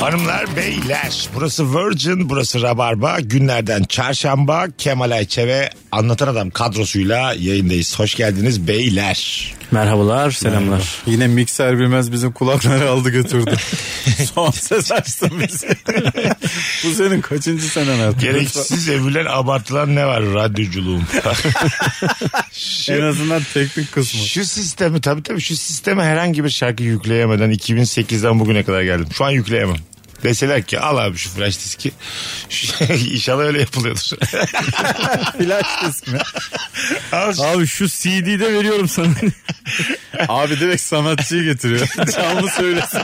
Hanımlar beyler burası Virgin burası Rabarba günlerden çarşamba Kemal Ayçe ve Anlatan Adam kadrosuyla yayındayız. Hoş geldiniz beyler. Merhabalar, selamlar. Yine mikser bilmez bizim kulakları aldı götürdü. Son ses açtın bizi. Bu senin kaçıncı senen artık? Gereksiz övülen abartılan ne var radyoculuğum. şey. En azından teknik kısmı. şu sistemi tabii tabii şu sisteme herhangi bir şarkı yükleyemeden 2008'den bugüne kadar geldim. Şu an yükleyemem. Deseler ki al abi şu flash diski. İnşallah öyle yapılıyordur. Flash ismi. al şu- Abi şu CD'yi de veriyorum sana. Abi direkt sanatçıyı getiriyor. Canlı söylesin.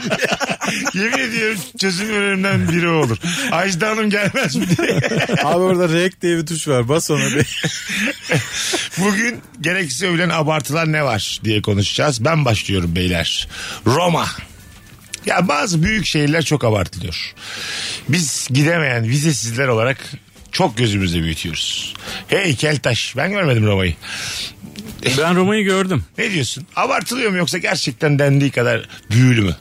yemin ediyorum çözüm önerimden biri o olur. Ajda Hanım gelmez mi diye. Abi orada rek diye bir tuş var. Bas ona bir. Bugün gereksiz övülen abartılar ne var diye konuşacağız. Ben başlıyorum beyler. Roma. Ya bazı büyük şehirler çok abartılıyor. Biz gidemeyen vizesizler olarak çok gözümüzde büyütüyoruz. Heykel taş. Ben görmedim Roma'yı. E, Ben Roma'yı gördüm. Ne diyorsun? Abartılıyor mu yoksa gerçekten dendiği kadar büyülü mü?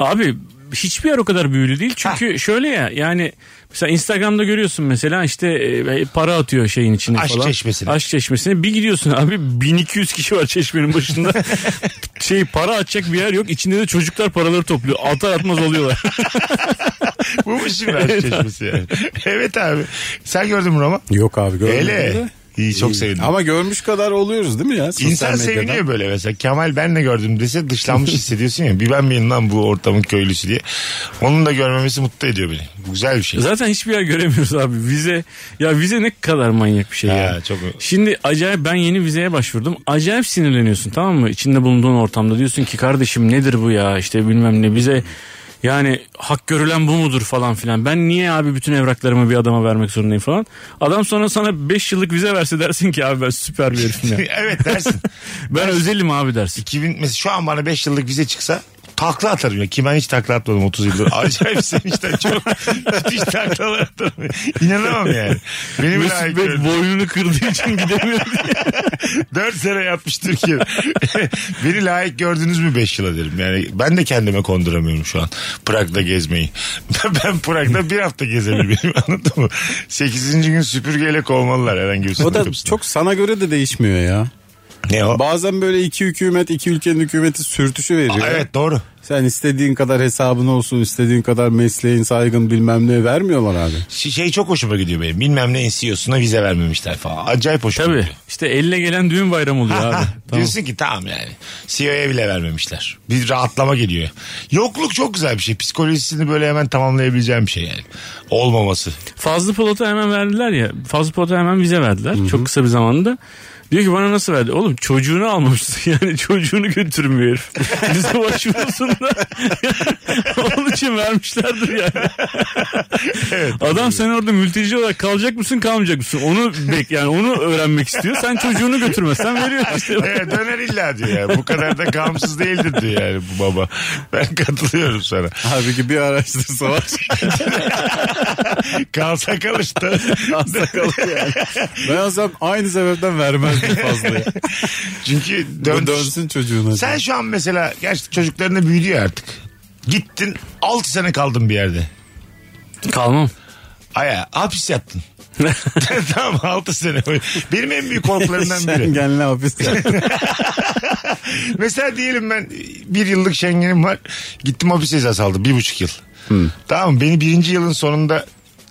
Abi hiçbir yer o kadar büyülü değil. Çünkü şöyle ya yani mesela Instagram'da görüyorsun mesela işte e, para atıyor şeyin içine Aşk falan. çeşmesine. Aşk çeşmesine. Bir gidiyorsun abi 1200 kişi var çeşmenin başında. şey para atacak bir yer yok. İçinde de çocuklar paraları topluyor. Atar atmaz oluyorlar. Bu mu şimdi aşk çeşmesi yani? evet abi. Sen gördün mü Roma? Yok abi Hele. İyi çok sevindim. Ama görmüş kadar oluyoruz değil mi ya? sosyal İnsan medyadan? seviniyor böyle mesela. Kemal ben de gördüm dese dışlanmış hissediyorsun ya. Bir ben miyim lan bu ortamın köylüsü diye. Onun da görmemesi mutlu ediyor beni. Bu güzel bir şey. Zaten hiçbir yer göremiyoruz abi. Vize ya vize ne kadar manyak bir şey Ha, ya. çok Şimdi acayip ben yeni vizeye başvurdum. Acayip sinirleniyorsun tamam mı? İçinde bulunduğun ortamda diyorsun ki kardeşim nedir bu ya işte bilmem ne bize yani hak görülen bu mudur falan filan. Ben niye abi bütün evraklarımı bir adama vermek zorundayım falan. Adam sonra sana 5 yıllık vize verse dersin ki abi ben süper bir herifim ya. evet dersin. Ben özelim abi dersin. 2000, mesela şu an bana 5 yıllık vize çıksa takla atarım ya. Ki ben hiç takla atmadım 30 yıldır. Acayip sevinçten çok müthiş takla atarım. İnanamam yani. Benim bile Mesut Bey ayıp. boynunu kırdığı için gidemiyor diye. 4 sene yapmış Türkiye. Beni layık gördünüz mü 5 yıla derim. Yani ben de kendime konduramıyorum şu an. Prag'da gezmeyi. Ben, ben Prag'da bir hafta gezemiyorum. Anladın mı? 8. gün süpürgeyle kovmalılar herhangi bir O sınır da kapısına. çok sana göre de değişmiyor ya. Ne o? Bazen böyle iki hükümet, iki ülkenin hükümeti sürtüşü veriyor. Aa, evet doğru. Sen istediğin kadar hesabın olsun, istediğin kadar mesleğin, saygın bilmem ne vermiyorlar abi. Ş- Şey çok hoşuma gidiyor benim. Bilmem ne CEO'suna vize vermemişler falan. Acayip hoşuma Tabii gidiyor. işte elle gelen düğün bayramı oluyor abi. Ha, Tamam. Diyorsun ki tamam yani. CEO'ya bile vermemişler. Bir rahatlama geliyor. Yokluk çok güzel bir şey. Psikolojisini böyle hemen tamamlayabileceğim bir şey yani. Olmaması. Fazlı Polat'a hemen verdiler ya. Fazlı Polat'a hemen vize verdiler. Çok kısa bir zamanda. Diyor ki bana nasıl verdi? Oğlum çocuğunu almamışsın. Yani çocuğunu götürmüyor herif. Vize başvurusunda. Onun için vermişlerdir yani. Adam sen orada mülteci olarak kalacak mısın kalmayacak mısın? Onu bek yani onu öğrenmek istiyor. Sen çocuğunu götürmezsen veriyor işte. Evet E, döner illa diyor yani. Bu kadar da gamsız değildir diyor yani bu baba. Ben katılıyorum sana. Abi ki bir araştırsa var. Kalsa kalışta. ben olsam aynı sebepten vermezdim fazla. ya. Çünkü Bu dön... dönsün çocuğuna. Sen şu an mesela gerçi çocukların da büyüdü ya artık. Gittin 6 sene kaldın bir yerde. Kalmam. Aya hapis yattın. tamam 6 sene. Benim en büyük korkularımdan biri. Şengenli hapiste. Mesela diyelim ben bir yıllık Schengen'im var. Gittim hapis cezası aldım bir buçuk yıl. Hmm. Tamam mı? beni birinci yılın sonunda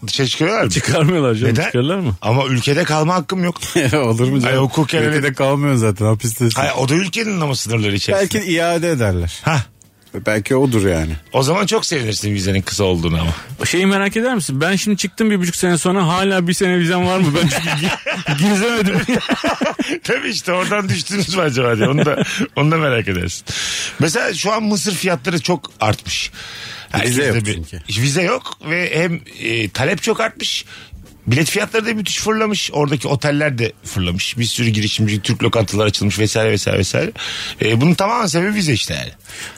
dışarı çıkarıyorlar mı? Çıkarmıyorlar canım. Neden? Çıkarırlar mı? Ama ülkede kalma hakkım yok. Olur mu canım? Ay, hukuken öyle- Ülkede kalmıyor zaten hapiste. Hayır, o da ülkenin ama sınırları içerisinde. Belki iade ederler. Ha. Belki odur yani. O zaman çok sevinirsin vizenin kısa olduğunu ama. Şeyi merak eder misin? Ben şimdi çıktım bir buçuk sene sonra hala bir sene vizem var mı? Ben çünkü gi- gezemedim. Tabii işte oradan düştünüz mü acaba diye. Onu da, onu da merak edersin. Mesela şu an mısır fiyatları çok artmış. Herkes Vize de yok bir- çünkü. Vize yok ve hem e, talep çok artmış. Bilet fiyatları da müthiş fırlamış. Oradaki oteller de fırlamış. Bir sürü girişimci Türk lokantalar açılmış vesaire vesaire vesaire. E, bunun tamamen sebebi vize işte yani.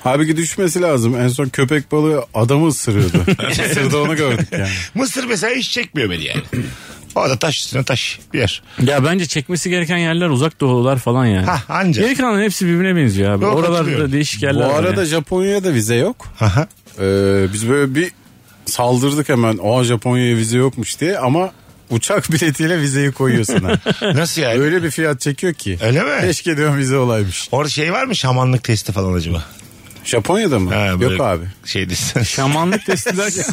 Halbuki düşmesi lazım. En son köpek balığı adamı ısırıyordu. Isırdı onu gördük yani. Mısır mesela hiç çekmiyor beni yani. O da taş üstüne taş bir yer. Ya bence çekmesi gereken yerler uzak doğular falan yani. Hah, anca. Geri kalanların hepsi birbirine benziyor abi. Yok, Oralarda katılıyorum. değişik Bu yerler var arada yani. Japonya'da vize yok. Aha. Ee, biz böyle bir saldırdık hemen. Aa Japonya'ya vize yokmuş diye ama uçak biletiyle vizeyi koyuyorsun ha. Nasıl yani? Öyle bir fiyat çekiyor ki. Öyle mi? Keşke diyorum vize olaymış. Orada şey var mı şamanlık testi falan acaba? Japonya'da mı? Ha, böyle şey Yok abi. Şeydi. Şamanlık testi derken.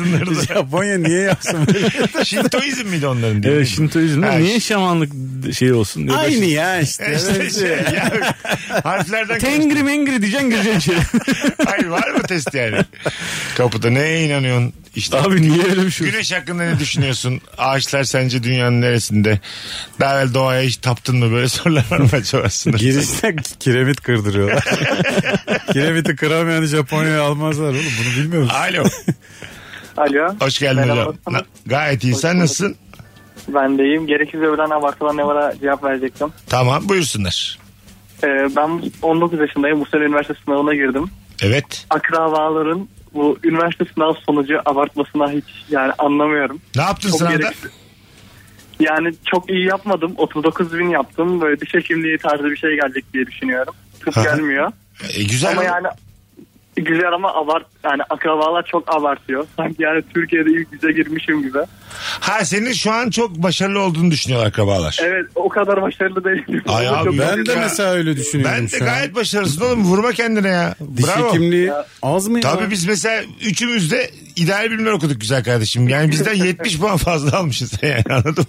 Japonya niye yapsın? böyle? Şintoizm miydi onların? değil mi? evet Şintoizm değil mi? Ha, Niye şamanlık şeyi olsun? diyor. Aynı ya işte. İşte şey, ya, harflerden Tengri mengri diyeceksin gireceksin içeri. Hayır var mı test yani? Kapıda neye inanıyorsun? İşte abi niye öyle bir şey olsun? güneş hakkında ne düşünüyorsun? Ağaçlar sence dünyanın neresinde? Daha evvel doğaya hiç taptın mı? Böyle sorular var mı acaba sınıfta? Girişte kiremit kırdırıyorlar. Kiremiti kıramayanı Japonya'ya almazlar oğlum. Bunu bilmiyor musun? Alo. Alo. Hoş geldin Merhaba, hocam. sana- Na- gayet iyi. Hoş Sen bulduk. nasılsın? Ben deyim. Gereksiz övülen abartılan ne vara cevap verecektim. Tamam buyursunlar. Ee, ben 19 yaşındayım. Bu sene üniversite sınavına girdim. Evet. Akrabaların bu üniversite sınav sonucu abartmasına hiç yani anlamıyorum. Ne yaptın Çok sınavda? gereksiz. Yani çok iyi yapmadım. 39 bin yaptım. Böyle diş hekimliği tarzı bir şey gelecek diye düşünüyorum. Tıp Aha. gelmiyor. E, güzel Ama mi? yani güzel ama abart yani akrabalar çok abartıyor. Sanki yani Türkiye'de ilk bize girmişim gibi. Ha senin şu an çok başarılı olduğunu düşünüyor akrabalar. Evet o kadar başarılı değilim. Ay Çok abi, Ben de Ya. mesela öyle düşünüyorum Ben de şu an. gayet başarılısın oğlum. Vurma kendine ya. Diş Bravo. hekimliği az mı ya? Tabii biz mesela üçümüz de ideal bilimler okuduk güzel kardeşim. Yani bizden 70 puan fazla almışız yani anladın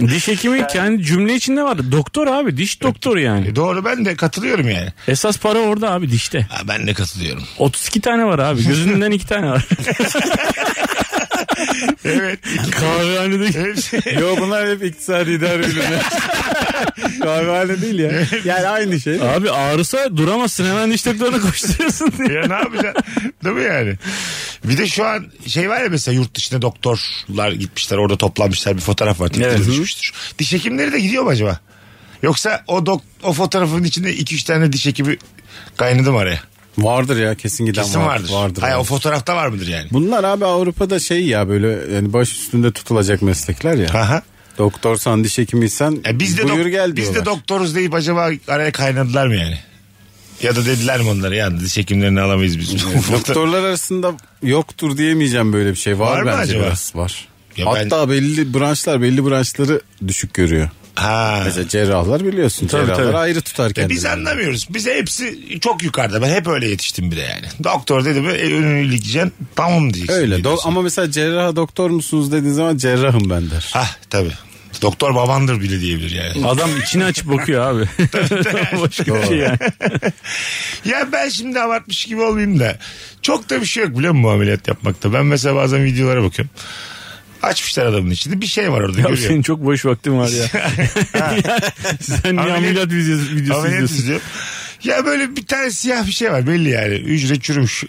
mı? Diş hekimi kendi cümle içinde var. Doktor abi diş doktoru yani. E Doğru ben de katılıyorum yani. Esas para orada abi dişte. Ha, ben de katılıyorum. 32 tane var abi. Gözünden 2 tane var. Evet. Kahvehanede. Hepsi- Yo bunlar hep iktisadi idare ürünü. Kahvehane değil ya. Yani aynı şey. Abi ağrısa duramazsın hemen diş doktoruna koşturuyorsun diye. ya ne yapacaksın? Değil mi yani? Bir de şu an şey var ya mesela yurt dışına doktorlar gitmişler orada toplanmışlar bir fotoğraf var. Twitter'da Evet. düşmüştür. Diş hekimleri de gidiyor mu acaba? Yoksa o dok- o fotoğrafın içinde 2-3 tane diş hekimi kaynadı mı araya? Vardır ya kesin giden Kesin vardır. vardır. Hayır, o vardır. fotoğrafta var mıdır yani? Bunlar abi Avrupa'da şey ya böyle yani baş üstünde tutulacak meslekler ya. Aha. Doktorsan diş hekimiysen Ya E, biz de buyur dok- gel biz diyorlar. de doktoruz deyip acaba araya kaynadılar mı yani? Ya da dediler mi onlara yani diş hekimlerini alamayız biz. Doktorlar arasında yoktur diyemeyeceğim böyle bir şey. Var, Var mı bence acaba? biraz var. Ya ben- Hatta belli branşlar belli branşları düşük görüyor. ha. Mesela cerrahlar biliyorsun Tabii, cerrahlar tabii. ayrı tutar Ya kendini. E, biz anlamıyoruz. Bize hepsi çok yukarıda. Ben hep öyle yetiştim bir de yani. Doktor dedi mi e, önünü ilikeceksin. Tamam diyeceksin. Öyle do- Diyorsun. ama mesela cerraha doktor musunuz dediğin zaman cerrahım ben der. Hah tabii. Doktor babandır bile diyebilir yani. Adam içini açıp bakıyor abi. Başka bir şey yani. ya ben şimdi abartmış gibi olmayayım da. Çok da bir şey yok biliyor musun bu ameliyat yapmakta. Ben mesela bazen videolara bakıyorum. Açmışlar adamın içinde. Bir şey var orada Ya görüyorum. senin çok boş vaktin var ya. Sen niye Ameliyat- ameliyat videosu, videosu Ameliyat izliyorsun? izliyorum. Ya böyle bir tane siyah bir şey var belli yani. Ücret çürümüş.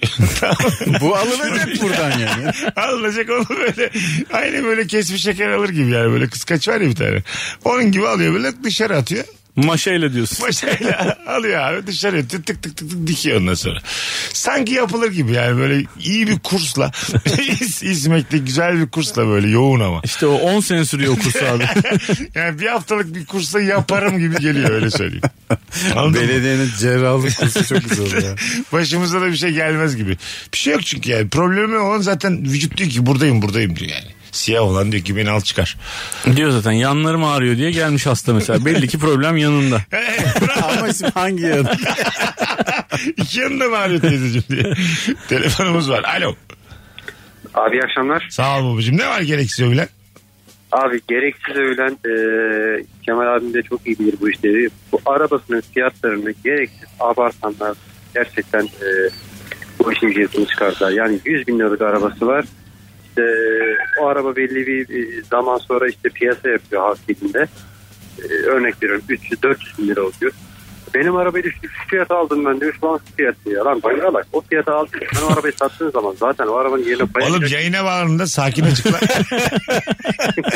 Bu alınacak buradan yani. Alınacak onu böyle. Aynı böyle kesmiş şeker alır gibi yani. Böyle kıskaç var ya bir tane. Onun gibi alıyor böyle dışarı atıyor. Maşayla diyorsun. Başıyla alıyor abi dışarı atıyor. Tık tık tık tık dikiyor ondan sonra. Sanki yapılır gibi yani böyle iyi bir kursla. İz- İzmek'te güzel bir kursla böyle yoğun ama. İşte o 10 sene sürüyor o kursu abi. Yani bir haftalık bir kursa yaparım gibi geliyor öyle söyleyeyim. Anladın mı? Belediyenin cerrahlık kursu çok güzel oluyor. Başımıza da bir şey gelmez gibi. Bir şey yok çünkü yani. Problemi olan zaten vücut diyor ki buradayım buradayım diyor yani. Siyah olan diyor ki beni al çıkar. Diyor zaten yanlarım ağrıyor diye gelmiş hasta mesela. Belli ki problem yanında. Ama şimdi hangi yanı? İki yanında mı ağrıyor teyzeciğim diye. Telefonumuz var. Alo. Abi iyi akşamlar. Sağ ol babacığım. Ne var gereksiz övülen? Abi gereksiz övülen e, Kemal abim de çok iyi bilir bu işleri. Bu arabasının fiyatlarını gereksiz abartanlar gerçekten e, bu işin cihazını çıkardılar. Yani 100 bin liralık arabası var. İşte, o araba belli bir e, zaman sonra işte piyasa yapıyor halk dilinde. E, örnek veriyorum 300-400 bin lira oluyor. Benim arabayı düştü fiyata aldım ben diyor. Şu an fiyatı ya. Lan bayrağı bak. O fiyata aldım. Ben o arabayı sattığın zaman zaten o arabanın yerine payı Oğlum yayına bağlandığında sakin açıkla.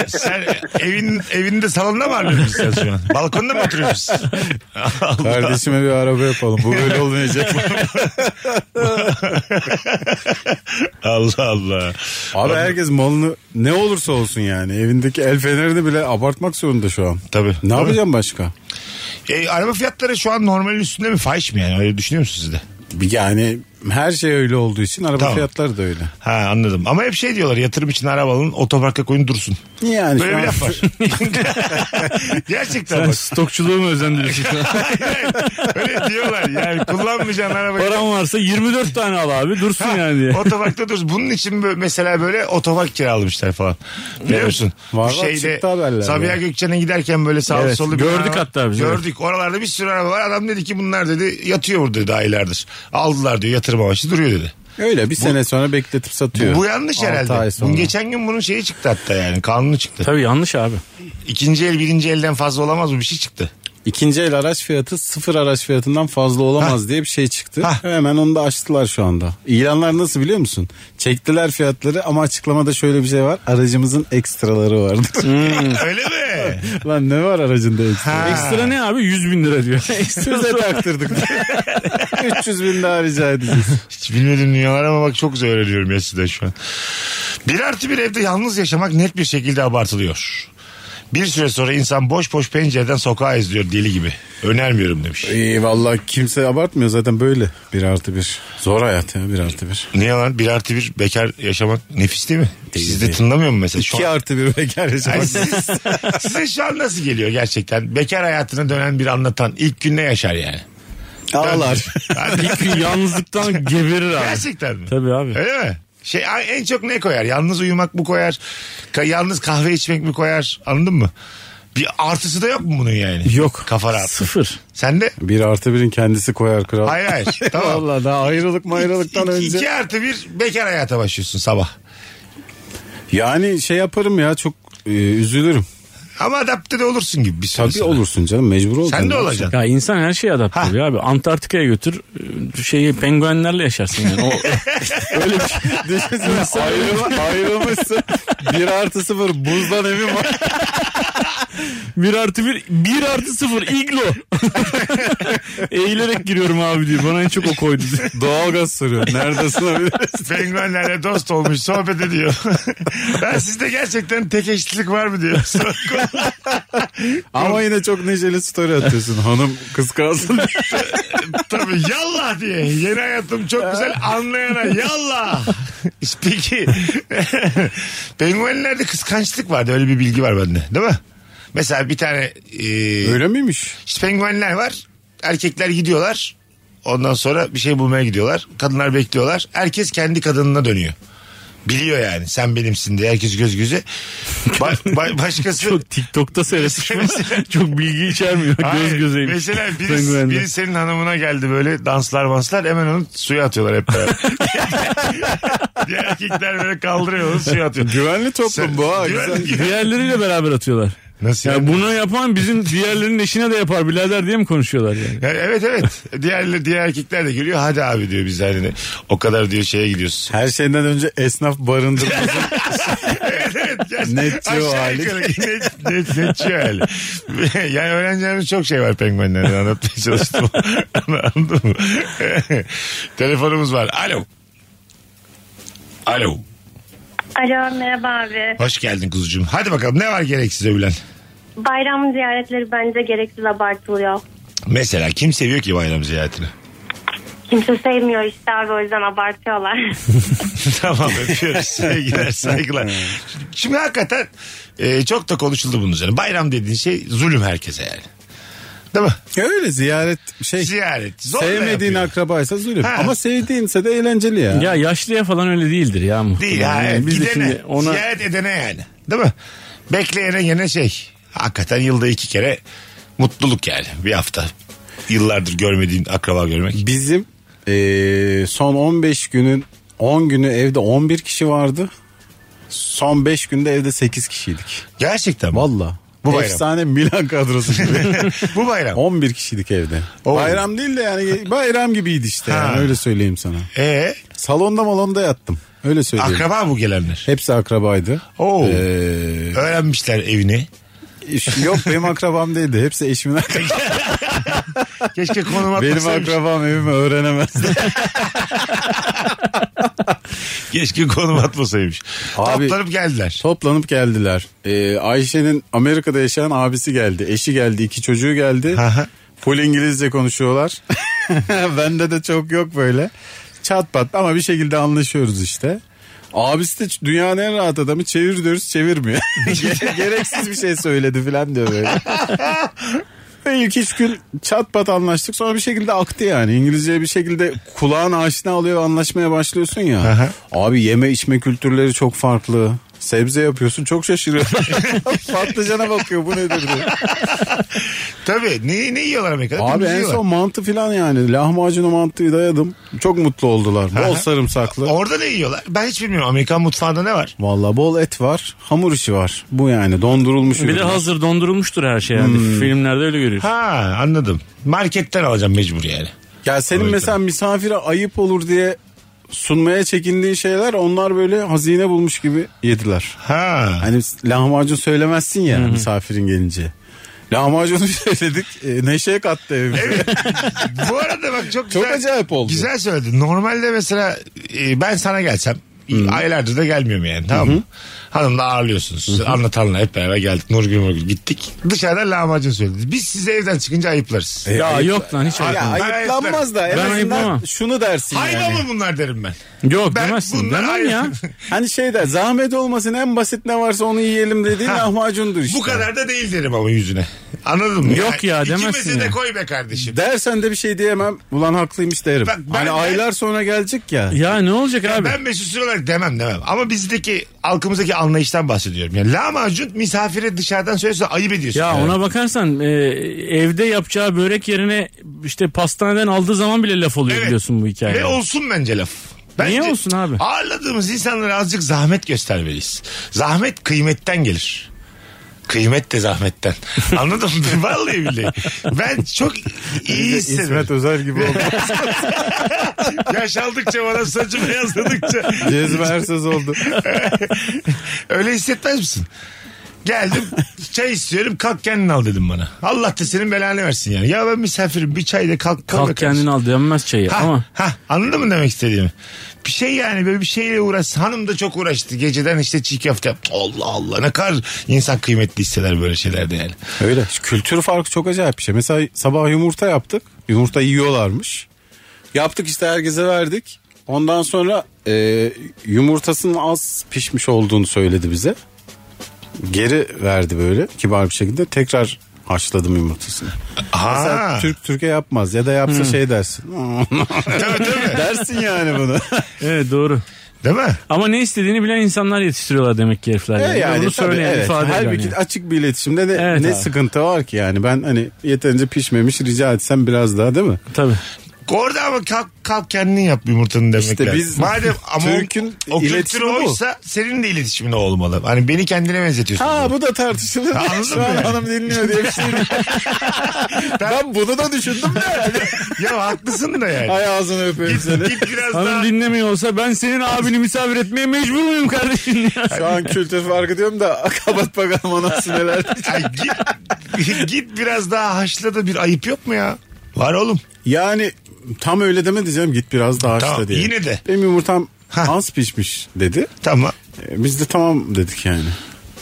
sen evin evinde salonda mı ağırlıyorsun sen şu an? Balkonda mı oturuyorsun? Allah. Kardeşime bir araba yapalım. Bu böyle olmayacak. Allah Allah. Abi herkes malını ne olursa olsun yani. Evindeki el fenerini bile abartmak zorunda şu an. Tabii. Ne Tabii. yapacağım başka? E, araba fiyatları şu an normalin üstünde mi? Fahiş mi yani? Öyle düşünüyor musunuz siz de? Yani her şey öyle olduğu için araba Tamam. fiyatları da öyle. Ha anladım. Ama hep şey diyorlar yatırım için araba alın otoparka koyun dursun. Yani şu Böyle bir an- laf var. Gerçekten Sen bak. stokçuluğu mu özendiriyorsun? Öyle diyorlar yani kullanmayacağın arabayı. Param varsa 24 tane al abi dursun Ha, yani diye. Otoparkta dursun. Bunun için böyle, mesela böyle otopark kiralamışlar falan. Biliyor musun? Var var, Bu şeyde çıktı haberler Sabiha ya. Gökçen'e giderken böyle sağlı Evet, sollu bir gördük araba- hatta biz, Gördük. Oralarda bir sürü araba var. Adam dedi ki bunlar dedi yatıyor burada daha ilerdir. Aldılar diyor yatırım amaçlı duruyor dedi. Öyle bir sene sonra bekletip satıyor. Bu, bu yanlış Altı herhalde. ay Bu sonra. Geçen gün bunun şeyi çıktı hatta yani kanunu çıktı. Tabii yanlış abi. İkinci el birinci elden fazla olamaz mı bir şey çıktı. İkinci el araç fiyatı sıfır araç fiyatından fazla olamaz diye bir şey çıktı. Hah. Hemen onu da açtılar şu anda. İlanlar nasıl biliyor musun? Çektiler fiyatları ama açıklamada şöyle bir şey var. Aracımızın ekstraları vardır. Öyle mi? Lan ne var aracında ekstra? Ha. Ekstra ne abi 100 bin lira diyor. Size taktırdık. 300 bin daha rica edeceğiz. Hiç bilmediğim dünyalar ama bak çok güzel öğreniyorum ya sizden şu an. Bir artı bir evde yalnız yaşamak net bir şekilde abartılıyor. Bir süre sonra insan boş boş pencereden sokağa izliyor deli gibi. Önermiyorum demiş. İyi vallahi kimse abartmıyor zaten böyle. Bir artı bir. Zor hayat ya bir artı bir. Niye lan? Bir artı bir bekar yaşamak nefis değil mi? Değil, Siz de değil. tınlamıyor mu mesela? Şu İki an... artı bir bekar Ay yaşamak. siz, size şu an nasıl geliyor gerçekten? Bekar hayatına dönen bir anlatan ilk gün ne yaşar yani? Ağlar. İlk gün yalnızlıktan geberir abi. Gerçekten mi? Tabii abi. Öyle mi? Şey en çok ne koyar? Yalnız uyumak mı koyar? Ka- yalnız kahve içmek mi koyar? Anladın mı? Bir artısı da yok mu bunun yani? Yok. Kafa rahat. Sıfır. Sen de? Bir artı birin kendisi koyar kral. Hayır hayır. tamam. Vallahi daha ayrılık mayrılıktan İki, önce. iki artı bir bekar hayata başlıyorsun sabah. Yani şey yaparım ya çok e, üzülürüm. Ama adapte de olursun gibi bir süre Tabii sonra. olursun canım mecbur olacaksın. Sen de olacaksın. Ya insan her şeye adapte Ha. oluyor abi. Antarktika'ya götür şeyi penguenlerle yaşarsın yani. O, öyle bir şey. Düşünsene ayrılma, ayrılmışsın. Bir artı sıfır buzdan evim var. Bir artı bir, bir artı sıfır iglo. Eğilerek giriyorum abi diyor. Bana en çok o koydu. Doğalgaz soruyor. Neredesin abi? Penguenlerle dost olmuş sohbet ediyor. ben sizde gerçekten tek eşitlik var mı diyor. Ama yine çok neşeli story atıyorsun. Hanım kıskansın. Tabii yallah diye. Yeni hayatım çok güzel anlayana yallah. Peki. Penguenlerde kıskançlık vardı. Öyle bir bilgi var bende. Değil mi? Mesela bir tane e, Öyle miymiş? işte penguenler var. Erkekler gidiyorlar. Ondan sonra bir şey bulmaya gidiyorlar. Kadınlar bekliyorlar. Herkes kendi kadınına dönüyor. Biliyor yani sen benimsin diye herkes göz göze. Ba- ba- başkası Çok TikTok'ta seyretmişim. çok bilgi içermiyor. Göz Hayır, gözeyim. Mesela biri, Penguenler. biri senin hanımına geldi böyle danslar manslar hemen onu suya atıyorlar hep beraber. Diğer erkekler böyle kaldırıyor onu suya atıyor. Güvenli toplum bu ha. Güven- Güzel. Diğerleriyle beraber atıyorlar. Nasıl Ya yani? bunu yapan bizim diğerlerinin eşine de yapar birader diye mi konuşuyorlar yani? Ya evet evet. Diğer, diğer erkekler de gülüyor. Hadi abi diyor biz hani o kadar diyor şeye gidiyoruz. Her şeyden önce esnaf barındırması. Netçi o Aşağı hali. yukarı net, net, netçi hali. yani öğreneceğimiz çok şey var penguenlerden anlatmaya çalıştım. Anladın mı? Telefonumuz var. Alo. Alo. Alo merhaba abi. Hoş geldin kuzucuğum. Hadi bakalım ne var gereksiz övülen? Bayram ziyaretleri bence gereksiz abartılıyor. Mesela kim seviyor ki bayram ziyaretini? Kimse sevmiyor işte abi o yüzden abartıyorlar. tamam öpüyoruz. Sevgiler saygılar. Şimdi hakikaten e, çok da konuşuldu bunun üzerine. Bayram dediğin şey zulüm herkese yani. Değil mi? Öyle ziyaret şey. Ziyaret. Zorla Sevmediğin yapıyor. akrabaysa zulüm. Ha. Ama sevdiğinse de eğlenceli ya. Ya yaşlıya falan öyle değildir ya muhtemelen. Değil ha. Yani evet. biz de Gidene, şimdi ona ziyaret edene yani. Değil mi? Bekleyene yine şey. Hakikaten yılda iki kere mutluluk yani bir hafta. Yıllardır görmediğin akraba görmek. Bizim eee, son 15 günün 10 günü evde 11 kişi vardı. Son 5 günde evde 8 kişiydik. Gerçekten mi? Valla. Bu bayram. Efsane Milan kadrosu gibi. Bu bayram. 11 kişilik evde. Oo. Bayram değil de yani bayram gibiydi işte. Ha. Yani, öyle söyleyeyim sana. Ee, Salonda malonda yattım. Öyle söyleyeyim. akraba bu gelenler. Hepsi akrabaydı. Oo. Ee, Öğrenmişler evini. iş- yok benim akrabam değildi. Hepsi eşimin akrabası. Keşke konum benim atmasaymış. akrabam evimi öğrenemezdi. Keşke konum atmasaymış. Abi- Toplanıp geldiler. Toplanıp geldiler. Ee, Ayşe'nin Amerika'da yaşayan abisi geldi. Eşi geldi. iki çocuğu geldi. Aha. Full İngilizce konuşuyorlar. Bende de çok yok böyle. Çat pat ama bir şekilde anlaşıyoruz işte. Abisi de dünyanın en rahat adamı çevir diyoruz çevirmiyor. Ge- Gereksiz bir şey söyledi falan diyor böyle. Ve ilk üç gün çat pat anlaştık sonra bir şekilde aktı yani. İngilizceye bir şekilde kulağın aşina oluyor anlaşmaya başlıyorsun ya. Aha. Abi yeme içme kültürleri çok farklı. Sebze yapıyorsun çok şaşırıyor. Patlıcana bakıyor bu nedir diyor. Tabii. Ne, ne yiyorlar Amerika'da? Abi Dümdüz en yiyorlar. son mantı falan yani. Lahmacun o mantıyı dayadım. Çok mutlu oldular. Bol Aha. sarımsaklı. Orada ne yiyorlar? Ben hiç bilmiyorum. Amerikan mutfağında ne var? Vallahi bol et var. Hamur işi var. Bu yani dondurulmuş. Bir de ürün. hazır dondurulmuştur her şey yani. Filmlerde öyle görüyoruz. Ha anladım. Marketten alacağım mecbur yani. Ya senin Evet. mesela misafire ayıp olur diye sunmaya çekindiğin şeyler onlar böyle hazine bulmuş gibi yediler. Ha. Hani lahmacun söylemezsin ya misafirin gelince. Lahmacunu söyledik. E, neşeye kattı evi. Bu arada bak çok güzel. Çok acayip oldu. Güzel söyledin. Normalde mesela e, ben sana gelsem aylardır da gelmiyorum yani tamam mı? Hanımla ağırlıyorsunuz. Anlatanla hep beraber geldik. Nurgül Nurgül gittik. Dışarıda lahmacun söyledik. Biz sizi evden çıkınca ayıplarız. E, Ya ayıp- yok lan hiç Ya ayıp. Ben ayıplanmaz da en Ben azından ayıplamam. şunu dersin Hayvan yani. mı bunlar derim ben. Yok Ben demezsin. bunlar- Demem ya. Hani şey der zahmet olmasın en basit ne varsa onu yiyelim dediğin Ha, lahmacundur işte. Bu kadar da değil derim ama yüzüne. Anladın mı? Yok ya, demezsin İki meze de ya. koy be kardeşim. Dersen de bir şey diyemem. Ulan haklıymış derim. Bak ben- hani ben- aylar sonra gelecek ya. Ya ne olacak abi? Ben Mesut Süre olarak demem demem. Ama bizdeki halkımızdaki anlayıştan bahsediyorum. Yani lahmacun misafire dışarıdan söylüyorsa ayıp ediyorsun. Ya Evet. ona bakarsan e, evde yapacağı börek yerine işte pastaneden aldığı zaman bile laf oluyor Evet. biliyorsun bu hikayede. Ve olsun bence laf. Bence Niye olsun abi? Ağırladığımız insanlara azıcık zahmet göstermeliyiz. Zahmet kıymetten gelir. Kıymet de zahmetten. Anladın mı? Vallahi billahi. Ben çok iyi hissediyorum. İsmet Özel gibi oldu. Yaşaldıkça bana saçım beyazladıkça. Cezbe Ersöz oldu. Öyle hissetmez misin? Geldim çay istiyorum kalk kendin al dedim bana. Allah da senin belanı versin yani. Ya ben misafirim bir çayla kalk. Kalk kendini al denmez çayı Ha, ama ha, anladın mı demek istediğimi? Bir şey yani böyle bir şeyle uğraş. Hanım da çok uğraştı. Geceden işte çiğ köfte yaptı. Allah Allah ne kadar insan kıymetli hisseder böyle şeylerde yani. Öyle. Şu Kültür farkı çok acayip bir şey. Mesela sabah yumurta yaptık. Yumurta yiyorlarmış. Yaptık işte herkese verdik. Ondan sonra e, yumurtasının az pişmiş olduğunu söyledi bize. Geri verdi böyle kibar bir şekilde. Tekrar haşladım yumurtasını. Ha, Mesela Türk Türkiye yapmaz ya da yapsa Hmm. şey dersin. tabii, tabii. dersin yani bunu. evet doğru. Değil mi? Ama ne istediğini bilen insanlar yetiştiriyorlar demek ki herifler. E Yani. yani Onu tabii, söyleyen evet. ifade eden Halbuki yani. açık bir iletişimde de Evet ne abi. sıkıntı var ki yani ben hani yeterince pişmemiş rica etsem biraz daha değil mi? Tabii. Orada ama kalk, kalk kendin yap yumurtanı demek İşte lazım. biz- Madem ama o- Türk'ün o, kültür iletişimi bu. oysa senin de iletişimin o olmalı. Hani beni kendine benzetiyorsun. Ha bu da tartışılır. Anladın Şu mı an yani? hanım dinliyor diye bir şey. ben bunu da düşündüm de yani. ya haklısın da yani. Ay ağzını öpeyim seni. Git, git biraz daha. Hanım dinlemiyor olsa ben senin abini misafir etmeye mecbur muyum kardeşim ya? Şu an kültür farkı diyorum da kapat bakalım anası neler. Ay, git, git biraz daha haşla da bir ayıp yok mu ya? Var oğlum. Yani tam öyle deme diyeceğim git biraz daha Tamam, açta diye. yine de. Benim yumurtam Ha. az pişmiş dedi. Tamam. E, Biz de tamam dedik yani.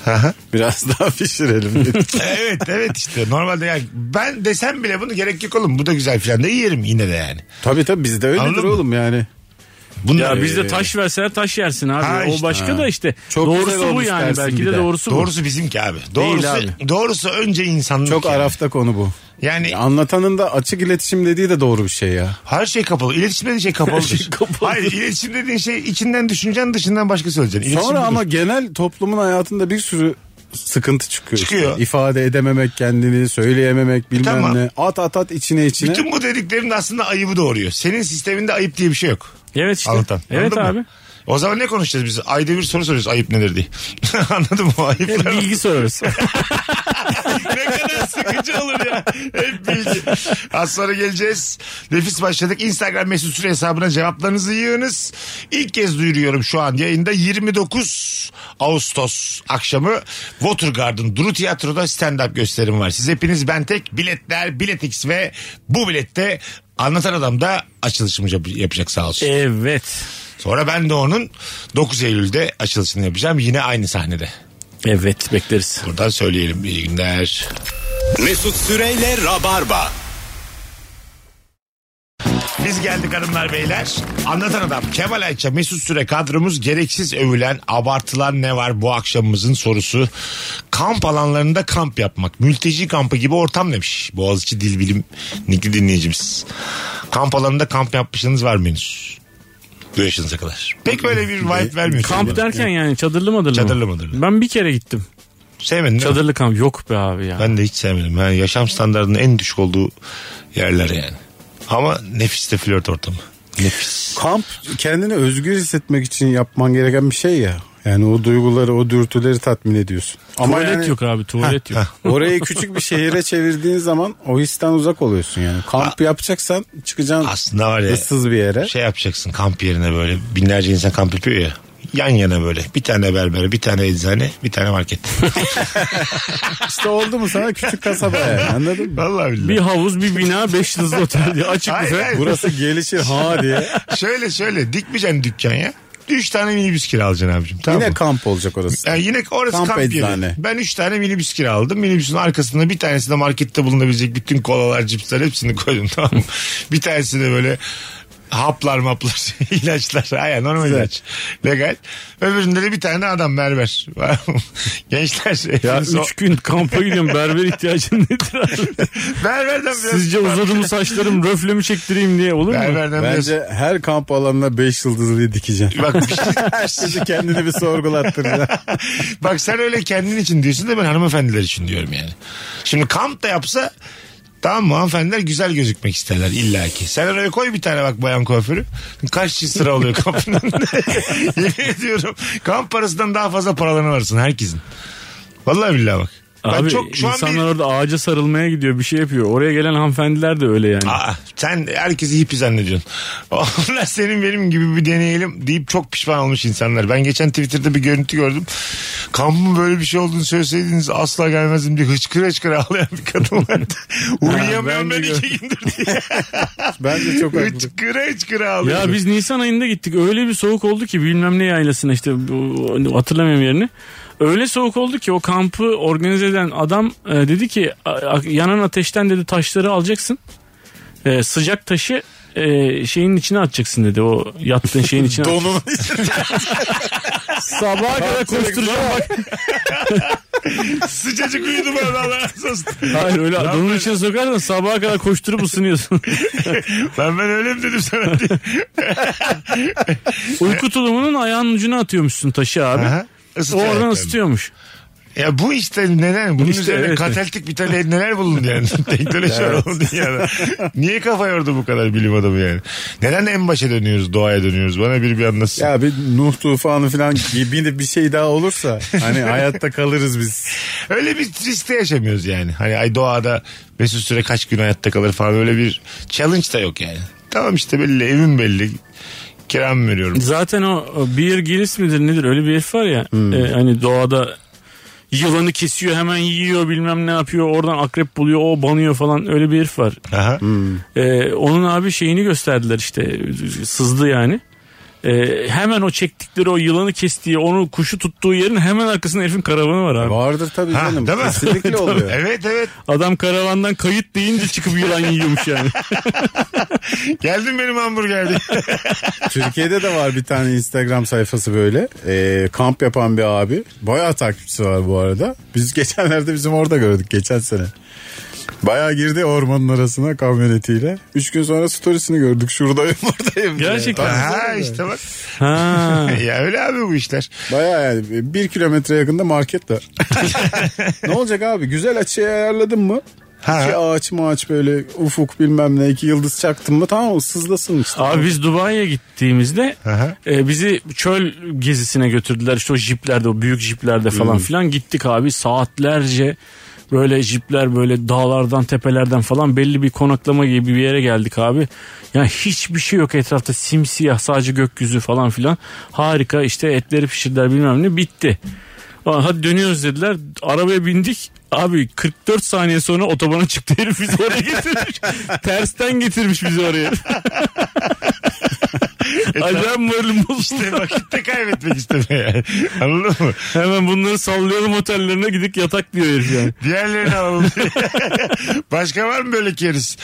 Aha. Biraz daha pişirelim dedik. evet evet işte normalde yani ben desem bile bunu gerek yok oğlum bu da güzel filan da yerim yine de yani. tabii tabii bizde öyledir Anladın mı? oğlum yani. Bunlar Ya bizde taş verseler taş yersin abi. Ha işte. o başka da işte. Çok güzel doğrusu bu olmuş yani dersin bir belki de, de. doğrusu bu. e, Doğrusu bizimki abi. Doğrusu, abi. doğrusu önce insanlık. Çok yani. arafta konu bu. Yani Anlatanın da açık iletişim dediği de doğru bir şey ya. her şey kapalı. İletişim dediğin şey kapalıdır. Hayır iletişim dediğin şey içinden düşüneceksin dışından başka söyleyeceksin. İletişim Sonra budur. ama genel toplumun hayatında bir sürü sıkıntı çıkıyor. işte. Çıkıyor. E, İfade edememek kendini, söyleyememek bilmem Tamam. ne. At at at içine içine. Bütün bu dediklerin de aslında ayıbı doğuruyor. Senin sisteminde ayıp diye bir şey yok. Evet işte. Anlatan. Evet Anladın abi. mı? O zaman ne konuşacağız biz? Ayda bir soru soruyoruz ayıp nedir diye. Anladın mı? O Hep ayıplar bilgi sorarız. ne kadar sıkıcı olur ya. Hep bilgi. Az sonra geleceğiz. Nefis başladık. Instagram mesut süre hesabına cevaplarınızı yığınız. İlk kez duyuruyorum şu an yayında 29 Ağustos akşamı Watergarden Duru Tiyatro'da stand-up gösterim var. Siz hepiniz ben tek biletler, biletix ve bu bilette Anlatan Adam da açılışımı yap- yapacak sağ olsun. evet. Sonra ben de onun 9 Eylül'de açılışını yapacağım. Yine aynı sahnede. Evet bekleriz. Buradan söyleyelim. İyi günler. Mesut Süreyle Rabarba. Biz geldik hanımlar beyler. Anlatan adam Kemal Ayça Mesut Süre kadromuz gereksiz övülen abartılan ne var bu akşamımızın sorusu. Kamp alanlarında kamp yapmak. Mülteci kampı gibi ortam demiş. Boğaziçi Dil Bilim nikli dinleyicimiz. Kamp alanında kamp yapmışsınız var mı henüz? Bu yaşınıza kadar. Pek öyle bir vibe vermiyor. Kamp derken yani çadırlı madırlı Çadırlı mı? madırlı. Ben bir kere gittim. Sevmedin değil mi? Çadırlı kamp yok be abi ya. Ben de hiç sevmedim. Yani yaşam standartının en düşük olduğu yerler yani. Ama nefis de flört ortamı. Nefis. Kamp kendini özgür hissetmek için yapman gereken bir şey ya. Yani o duyguları, o dürtüleri tatmin ediyorsun. Ama tuvalet yani yok abi tuvalet yok. orayı küçük bir şehire çevirdiğin zaman o histen uzak oluyorsun yani. Kamp yapacaksan çıkacaksın Aslında var ya. ıssız bir yere. Şey yapacaksın kamp yerine böyle binlerce insan kamp yapıyor ya. Yan yana böyle bir tane berber, bir tane eczane, bir tane market. İşte oldu mu sana küçük kasaba yani anladın mı? Vallahi billahi. bir havuz bir bina beş yıldızlı otel diye açık Hayır, şey. büfe. hayır. Burası gelişir ha diye. Şöyle şöyle dikmeyeceksin dükkan ya. Üç tane minibüs kiralayacaksın abicim tamam Yine mı? kamp olacak orası. Yani yine orası kamp, Kamp yeri. eczane. Ben üç tane minibüs kiraladım. Minibüsün arkasında bir tanesinde markette bulunabilecek bütün kolalar, cipsler hepsini koydum tamam mı? bir tanesi de böyle haplar maplar ilaçlar. Aya normal ilaç. Legal. Öbüründe de bir tane adam berber. Var mı? Gençler. Ya hepiniz o- üç gün kampa gidiyorum berber ihtiyacın nedir abi? Berberden biraz. Sizce uzadı mı saçlarım röfle mi çektireyim diye olur mu? Berberden biraz. Bence her kamp alanına 5 yıldızlı dikeceksin. Bak, bir şey- Herkesi kendini bir sorgulattıracaksın. bak sen öyle kendin için diyorsun da ben hanımefendiler için diyorum yani. Şimdi kamp da yapsa tamam mı hanımefendiler güzel gözükmek isterler illaki. Sen oraya koy bir tane bak bayan kuaförü. Kaç kişi sıra oluyor kampın önünde. Yemin ediyorum kamp parasından daha fazla paralarını varsın herkesin. Vallahi billahi bak. ben Abi çok şu an insanlar bir... orada ağaca sarılmaya gidiyor bir şey yapıyor. Oraya gelen hanımefendiler de öyle yani. Aa, sen herkesi hippi zannediyorsun. Onlar senin benim gibi bir deneyelim deyip çok pişman olmuş insanlar. Ben geçen Twitter'da bir görüntü gördüm. Kampın böyle bir şey olduğunu söyleseydiniz asla gelmezdim diye hıçkıra hıçkıra ağlayan bir kadın vardı. Uyuyamıyorum ben ben, de iki gündür diye. Bence çok haklı. hıçkıra hıçkıra ağlıyor. Ya biz Nisan ayında gittik. Öyle bir soğuk oldu ki bilmem ne yaylasına işte bu, hatırlamıyorum yerini. Öyle soğuk oldu ki o kampı organize eden adam e, dedi ki "A- a- yanan ateşten dedi taşları alacaksın. E, sıcak taşı e, şeyin içine atacaksın dedi. O yattığın şeyin içine. Donunu Sabaha kadar koşturacağım bak. Sıcacık uyudum ben Allah razı olsun. Hayır öyle Lan donun içine sokarsan sabaha kadar koşturup ısınıyorsun. Ben ben öyle mi dedim sana diye. Uyku tulumunun ayağının ucuna atıyormuşsun taşı abi. Aha. O Isıtıyor oradan ayaklarını. ısıtıyormuş. Ya bu işte neden? Bunun İşte üzerine evet. kataltik bir tane neler bulundu yani. Teknoloji var oğlum dünyada. Niye kafa yordu bu kadar bilim adamı yani? Neden en başa dönüyoruz, doğaya dönüyoruz? Bana bir bir anlatsın. Ya bir Nuh tufanı falan gibi de bir şey daha olursa hani hayatta kalırız biz. Öyle bir triste yaşamıyoruz yani. Hani ay doğada Mesut Süre kaç gün hayatta kalır falan öyle bir challenge da yok yani. Tamam işte belli, evim belli. Kiram veriyorum. Zaten o o bir gilis midir nedir öyle bir herif var ya e, hani doğada yılanı kesiyor hemen yiyor bilmem ne yapıyor oradan akrep buluyor o banıyor falan öyle bir herif var. Aha. E, onun abi şeyini gösterdiler işte sızdı yani. E, hemen o çektikleri o yılanı kestiği onu kuşu tuttuğu yerin hemen arkasında herifin karavanı var abi. Vardır tabii Ha, canım. değil mi? Kesinlikle oluyor. Evet evet. Adam karavandan kayıt deyince çıkıp yılan yiyormuş yani. Geldim benim hamburgerde. Türkiye'de de var bir tane Instagram sayfası böyle. Ee, kamp yapan bir abi. Bayağı takipçisi var bu arada. Biz geçenlerde bizim orada gördük geçen sene. Bayağı girdi ormanın arasına kamyonetiyle. Üç gün sonra storiesini gördük. Şuradayım buradayım. diye. Gerçekten. ha işte bak. Ha. Ya öyle abi bu işler. Bayağı yani bir kilometre yakında market var. ne olacak abi güzel açıya ayarladın mı? Ha. İki ağaç ağaç böyle ufuk bilmem ne iki yıldız çaktın mı tamam mı sızlasın işte. Abi biz Dubai'ye gittiğimizde Aha. e, bizi çöl gezisine götürdüler. İşte o jiplerde o büyük jiplerde falan filan gittik abi saatlerce böyle jipler böyle dağlardan tepelerden falan belli bir konaklama gibi bir yere geldik abi. Yani hiçbir şey yok etrafta simsiyah sadece gökyüzü falan filan. Harika işte etleri pişirdiler bilmem ne bitti. Ulan Hadi dönüyoruz dediler. Arabaya bindik. Abi 44 saniye sonra otobana çıktı herif bizi oraya getirmiş. Tersten getirmiş bizi oraya. Acayip moralim bozuldu. E, İşte vakitte kaybetmek istemiyor yani. Anladın mı? Hemen bunları sallayalım otellerine gidip yatak diyor herif yani. Diğerlerini alalım. Başka var mı böyle keriz?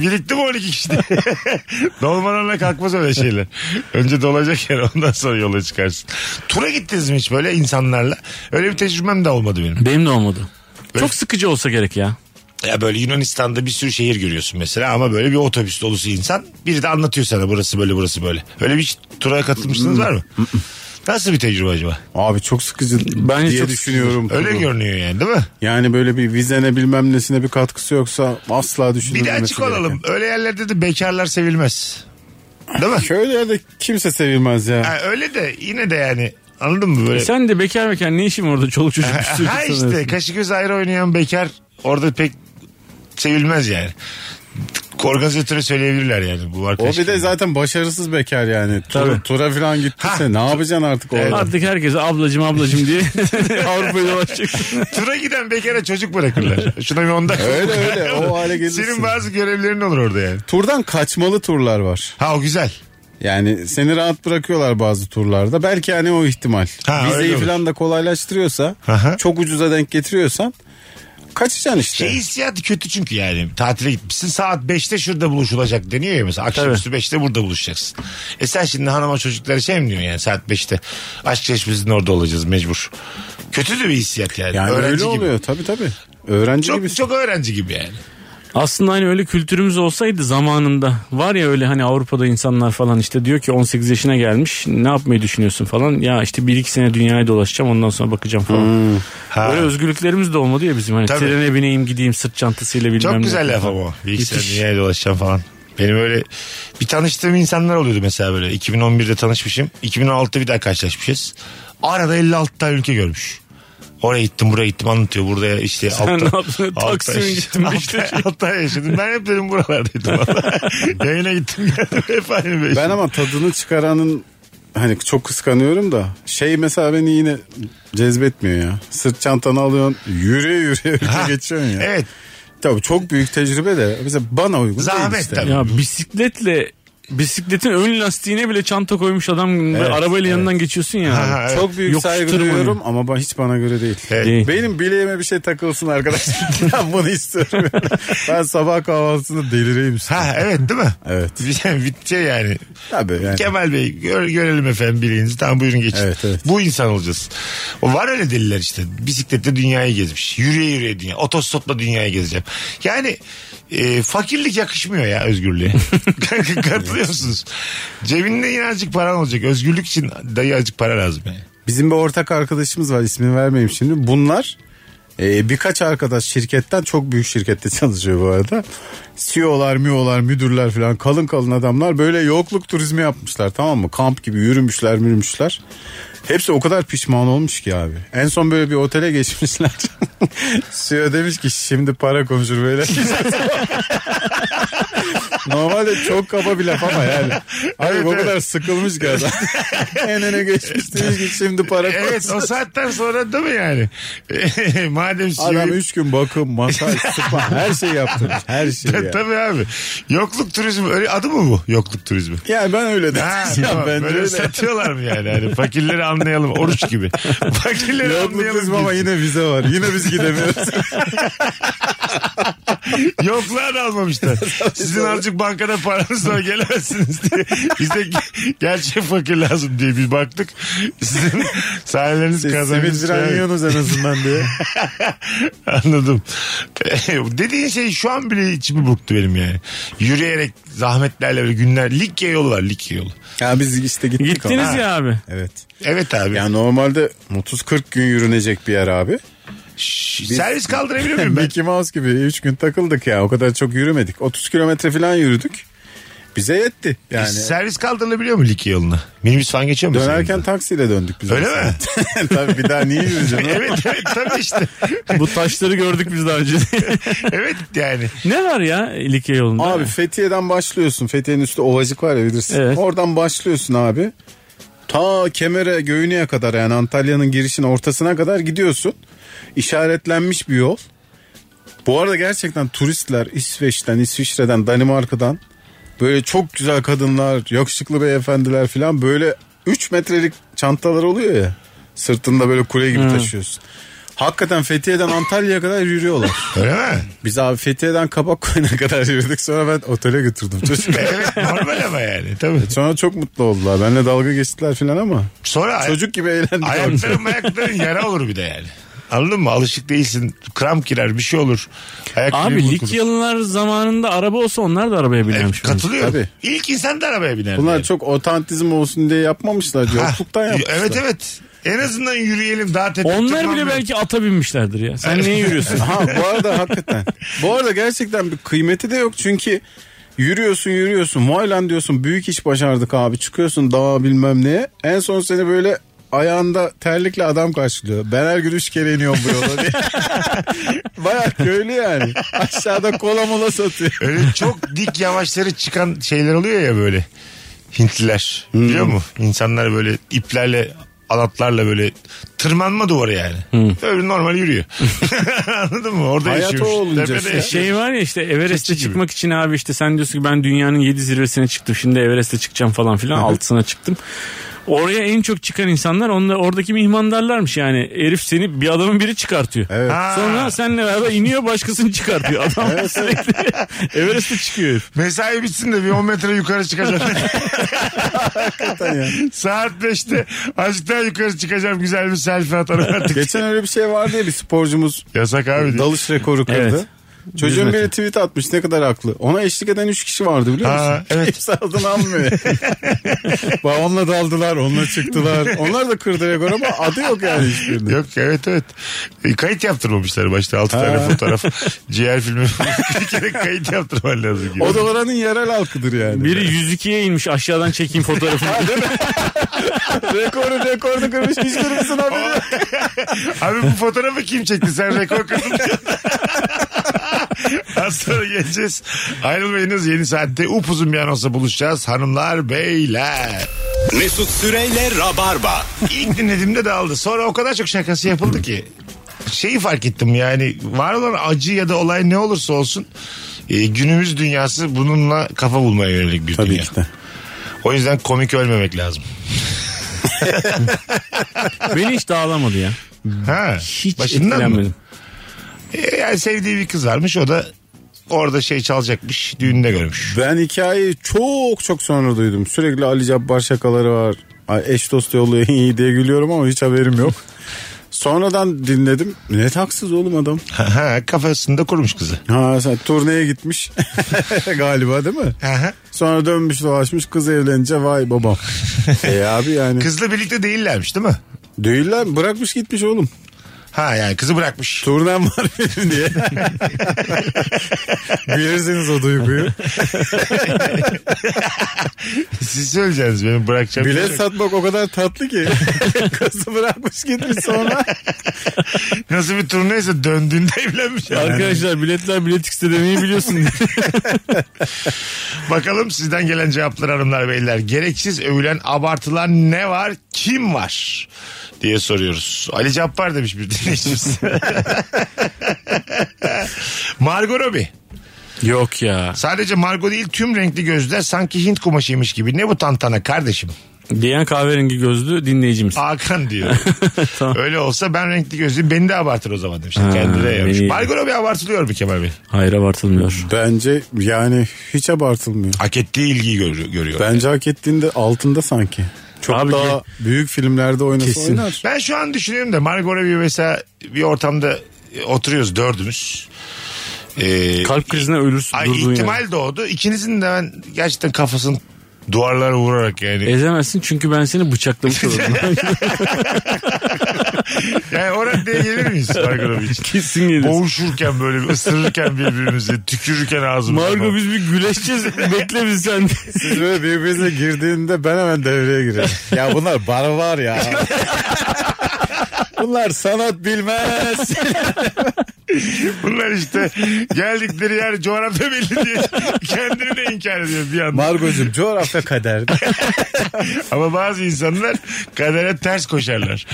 Birikti mi 12 kişi? Dolmalarla kalkmaz öyle şeyler. Önce dolacak yani ondan sonra yola çıkarsın. Tura gittiniz mi hiç böyle insanlarla? Öyle bir tecrübem de olmadı benim. Benim de olmadı. Çok sıkıcı olsa gerek ya. Ya böyle Yunanistan'da bir sürü şehir görüyorsun mesela ama böyle bir otobüs dolusu insan. Biri de anlatıyor sana burası böyle burası böyle. Öyle bir hiç tura katılmışsınız var mı? Nasıl bir tecrübe acaba? Abi çok sıkıcı Bence diye çok düşünüyorum. Öyle Turu. görünüyor yani değil mi? Yani böyle bir vizene bilmem nesine bir katkısı yoksa asla Bir de düşünülmemesi açık olalım. Öyle yerlerde de bekarlar sevilmez. Değil mi? Köylerde kimse sevilmez ya. Ha, öyle de yine de yani anladın mı böyle? Sen de bekar bekar ne işin var orada çoluk çocuk bir sürü ha insan işte arasında. kaşı göz ayrı oynayan bekar orada pek sevilmez yani. Organizatöre söyleyebilirler yani bu O arkadaş. bir de zaten başarısız bekar yani. Tura, Tabii. tura falan gittiyse ne yapacaksın artık orada? Artık herkese ablacım ablacım diye Avrupa'ya dolaşacaksın. Tura giden bekara çocuk bırakırlar. Şuna bir onda. Öyle öyle o hale gelirsin. Senin bazı görevlerin olur orada yani. Turdan kaçmalı turlar var. Ha o güzel. Yani seni rahat bırakıyorlar bazı turlarda. Belki hani o ihtimal. Ha, öyle Vizeyi olur. falan da kolaylaştırıyorsa, Aha. çok ucuza denk getiriyorsan kaçacaksın işte. Şey hissiyatı kötü çünkü yani. Tatile gitmişsin saat 5'te şurada buluşulacak deniyor ya mesela. Akşamüstü 5'te burada buluşacaksın. E sen şimdi hanıma çocuklara şey mi diyorsun yani saat 5'te. Aşk çeşmesinin orada olacağız mecbur. Kötü de bir hissiyat yani. yani Öğrenci öyle gibi. oluyor tabii tabii. Öğrenci Çok, gibisin. çok öğrenci gibi yani. Aslında hani öyle kültürümüz olsaydı zamanında var ya öyle hani Avrupa'da insanlar falan işte diyor ki 18 yaşına gelmiş ne yapmayı düşünüyorsun falan. Ya işte 1-2 sene dünyayı dolaşacağım ondan sonra bakacağım falan. Hmm, Ha. Öyle özgürlüklerimiz de olmadı ya bizim hani Tabii. trene bineyim gideyim sırt çantasıyla bilmem Çok ne. güzel laf ama. Bilgisayar Müthiş. dünyaya dolaşacağım falan. Benim öyle bir tanıştığım insanlar oluyordu mesela böyle. 2011'de tanışmışım. 2016'da bir daha karşılaşmışız. Arada 56 tane ülke görmüş. Oraya gittim buraya gittim anlatıyor. Burada işte Sen ne yaptın? Taksim'e gittim, Beşiktaş'a yaşadım. Ben hep dedim buralardaydım. Yayına gittim geldim. Hep aynı beş. Ben ama tadını çıkaranın hani çok kıskanıyorum da şey mesela beni yine cezbetmiyor ya. Sırt çantanı alıyorsun yürüye yürüye ülke geçiyorsun ya. Evet. Tabii çok büyük tecrübe de mesela bana uygun Zahmet değil işte. tabii. Ya bisikletle bisikletin ön lastiğine bile çanta koymuş adam ve arabayla yanından geçiyorsun ya. Ha, ha, evet. Çok büyük Yokuşturma saygı duyuyorum ama ba- hiç bana göre değil. Evet. Değil. Benim bileğime bir şey takılsın arkadaş. ben bunu istiyorum. ben sabah kahvaltısında delireyim. işte. Ha evet değil mi? Evet. Bitti şey yani. Tabii yani. Kemal Bey gör- görelim efendim bileğinizi. Tamam buyurun geçin. Evet, evet. Bu insan olacağız. O var öyle deliler işte. Bisiklette dünyayı gezmiş. Yürüye yürüye dünya. Otostopla dünyayı gezeceğim. Yani e, fakirlik yakışmıyor ya özgürlüğe. Katılıyor musunuz? Cebinde yine azıcık paran olacak. Özgürlük için dayı azıcık para lazım. Yani. Bizim bir ortak arkadaşımız var ismini vermeyeyim şimdi. Bunlar e, birkaç arkadaş şirketten çok büyük şirkette çalışıyor bu arada. E CEO'lar, MIO'lar, müdürler falan kalın kalın adamlar böyle yokluk turizmi yapmışlar tamam mı? Kamp gibi yürümüşler yürümüşler. Hepsi o kadar pişman olmuş ki abi. En son böyle bir otele geçmişler. CEO demiş ki şimdi para konuşur böyle. Normalde çok kaba bir laf ama yani. Abi Evet, o evet. kadar sıkılmış ki adam. en öne geçmiş demiş ki şimdi para Evet o saatten sonra değil mi yani? Madem Adam CEO- 3 gün bakım, masaj, spa her şeyi yaptırmış. Her şeyi. ya. Tabii abi. Yokluk turizmi öyle adı mı bu? Yokluk turizmi. Yani ben öyle dedim. Ha, Ya tamam. bence Böyle şey öyle. satıyorlar mı yani? Hani fakirleri anlayalım. Oruç gibi. Fakirleri Yokluk anlayalım. kızma ama yine vize var. Yine biz gidemiyoruz. Yokluğa da almamışlar. Sizin azıcık bankada paranız var gelemezsiniz diye. Bize ge- gerçek fakir lazım diye bir baktık. Sizin sayeleriniz Siz simit kazanmış. falan şey, yiyorsunuz en azından diye. Anladım. Dediğin şey şu an bile içimi burktu benim yani. Yürüyerek zahmetlerle böyle günler. Likya yolu var Likya yolu. Ya biz işte gittik. Gittiniz ama. ya abi. Evet. Evet abi. Ya normalde 30-40 gün yürünecek bir yer abi. Şş, Servis kaldırabilir miyim ben? Mickey Mouse gibi 3 gün takıldık ya. O kadar çok yürümedik. 30 kilometre falan yürüdük. Bize yetti. E Yani Servis kaldırılabiliyor mu Likya yoluna? Minibüs falan geçiyor mu? dönerken senin taksiyle döndük biz. Öyle aslında. mi? Tabii bir daha niye yürüyeceğim? yolda? evet evet tabii işte. Bu taşları gördük biz daha önce. evet yani. ne var ya Likya yolunda? Abi Fethiye'den başlıyorsun. Fethiye'nin üstü ovacık var ya bilirsin. Evet. Oradan başlıyorsun abi. Ta Kemer'e, Göynü'ye kadar yani Antalya'nın girişinin ortasına kadar gidiyorsun. İşaretlenmiş bir yol. Bu arada gerçekten turistler İsveç'ten, İsviçre'den, Danimarka'dan böyle çok güzel kadınlar, yakışıklı beyefendiler falan böyle 3 metrelik çantalar oluyor ya. Sırtında böyle kule gibi taşıyorsun. Hakikaten Fethiye'den Antalya'ya kadar yürüyorlar. Öyle mi? Biz abi Fethiye'den kabak koyuna kadar yürüdük sonra ben otele götürdüm çocukları. Evet normal ama yani tabii. sonra çok mutlu oldular. Benle dalga geçtiler filan ama Sonra ay- çocuk gibi eğlendik. ayakların ayakların yara olur bir de yani. Anladın mı? Alışık değilsin. Kramp girer bir şey olur. Ayak Abi bileğin burkulur. Likyalılar zamanında araba olsa onlar da arabaya Evet, binermiş. katılıyorum. Tabii. İlk insan da arabaya biner. Bunlar yani. çok otantizm olsun diye yapmamışlar. Ha, Yokluktan yapmışlar. Evet evet. En azından yürüyelim daha tepki onlar bile tırmanmayalım. belki ata binmişlerdir ya. Sen niye yürüyorsun? Ha, bu arada hakikaten. Bu arada gerçekten bir kıymeti de yok çünkü yürüyorsun yürüyorsun. Vay lan diyorsun büyük iş başardık abi. Çıkıyorsun dağa bilmem neye. En son seni böyle ayağında terlikle adam karşılıyor. Ben her gün üç kere iniyorum bu yola diye. Baya köylü yani. Aşağıda kola mola satıyor. Öyle çok dik yamaçları çıkan şeyler oluyor ya böyle. Hintliler. Biliyor musun? İnsanlar böyle iplerle alatlarla böyle tırmanma duvarı yani. Öyle normal yürüyor. Anladın mı? Orada Hayat yaşıyormuş. o olunca Tepede işte. yaşıyor. Şey var ya işte Everest'e Keçi gibi. çıkmak için abi işte sen diyorsun ki ben dünyanın 7 zirvesine çıktım. Şimdi Everest'e çıkacağım falan filan. Altısına çıktım. Oraya en çok çıkan insanlar onlar oradaki mihmandarlarmış yani. Herif seni bir adamın biri çıkartıyor. Evet. Ha. Sonra seninle beraber iniyor başkasını çıkartıyor. Adam sürekli Everest'e çıkıyor herif. Mesai bitsin de bir 10 metre yukarı çıkacağım. Saat 5'te azıcık daha yukarı çıkacağım. Güzel bir selfie atarım artık. Geçen öyle bir şey vardı ya bir sporcumuz Yasak abi. diye. dalış rekoru kırdı. Çocuğun Yüz metre. biri tweet atmış ne kadar haklı. Ona eşlik eden 3 kişi vardı biliyor musun? Ha, evet. Kimse adını anmıyor. Babamla daldılar, onunla çıktılar. Onlar da kırdı rekor ama adı yok yani hiçbirinin. Yok evet evet. E, kayıt yaptırmamışlar başta. 6 tane Ha. fotoğraf. Ciğer filmi. bir kere kayıt yaptırman lazım. gibi. O da oranın yerel halkıdır yani. Biri 102'ye inmiş aşağıdan çekeyim fotoğrafını. rekoru rekorunu kırmış hiç kırmışsın haberi. yok. Abi bu fotoğrafı kim çekti? Sen rekor kırdın. Az sonra geleceğiz. Ayrılmayınız yeni saatte upuzun bir anonsla buluşacağız. Hanımlar beyler. Mesut Süreyle Rabarba. İlk dinlediğimde dağıldı. Sonra o kadar çok şakası yapıldı ki. Şeyi fark ettim yani var olan acı ya da olay ne olursa olsun e, günümüz dünyası bununla kafa bulmaya yönelik bir dünya. O yüzden komik ölmemek lazım. Beni hiç dağlamadı ya. Ha, Hiç başından mı? etkilenmedim. E, yani sevdiği bir kız varmış o da orada şey çalacakmış düğünde görmüş. Ben hikayeyi çok çok sonra duydum. Sürekli Ali Cabbar şakaları var. Ay, eş dost yolluyor iyi diye gülüyorum ama hiç haberim yok. Sonradan dinledim. Ne taksız oğlum adam. Ha, ha, kafasında kurmuş kızı. Ha sen turneye gitmiş galiba değil mi? Aha. Sonra dönmüş dolaşmış kız evlenince vay babam. e abi yani. Kızla birlikte değillermiş değil mi? Değiller mi? bırakmış gitmiş oğlum. Ha yani kızı bırakmış. Turnem var benim diye. Bilirsiniz o duyguyu. Siz söyleyeceksiniz benim bırakacağım. bir şey yok. Bilet satmak o kadar tatlı ki. Kızı bırakmış gitmiş sonra. Nasıl bir turneyse döndüğünde evlenmiş. Arkadaşlar biletler bilet X'te demeyi biliyorsun. Bakalım sizden gelen cevaplar hanımlar beyler. Gereksiz övülen abartılan ne var kim var diye soruyoruz. Ali Cappar demiş bir dinleyicimiz. Margot Robbie. Yok ya. Sadece Margot değil tüm renkli gözler sanki Hint kumaşıymış gibi. Ne bu tantana kardeşim? Diyen kahverengi gözlü dinleyicimiz. Hakan diyor. Tamam. Öyle olsa ben renkli gözlüyüm beni de abartır o zaman demiş. Kendi de beni yapmış. iyi. Margot Robbie abartılıyor mu Kemal Bey? Hayır abartılmıyor. Bence yani hiç abartılmıyor. Hak ettiği ilgiyi gör- görüyor. Bence hak ettiğinde altında sanki. Çok Abi daha ki- büyük filmlerde oynasa Kesin. oynar. Ben şu an düşünüyorum da Margot Robbie mesela bir ortamda e, oturuyoruz dördümüz. Ee, Kalp krizine ölürsün. ay, durduğun ihtimal yerde. doğdu. İkinizin de ben gerçekten kafasının Duvarlara vurarak E- yani. Ezemezsin çünkü ben seni bıçaklamış olurum. Yani o raddeye gelir miyiz Margot için? Kesin gelirsin. Boğuşurken böyle bir ısırırken birbirimizi, tükürürken ağzımıza. Margo biz bir güleşeceğiz. Bekle biz sen. Siz böyle birbirinize girdiğinde ben hemen devreye girerim. Ya bunlar barbar ya. bunlar sanat bilmez. Bunlar işte geldikleri yer coğrafya belli diye kendini de inkar ediyor bir anda. Margocum coğrafya kader. Ama bazı insanlar kadere ters koşarlar.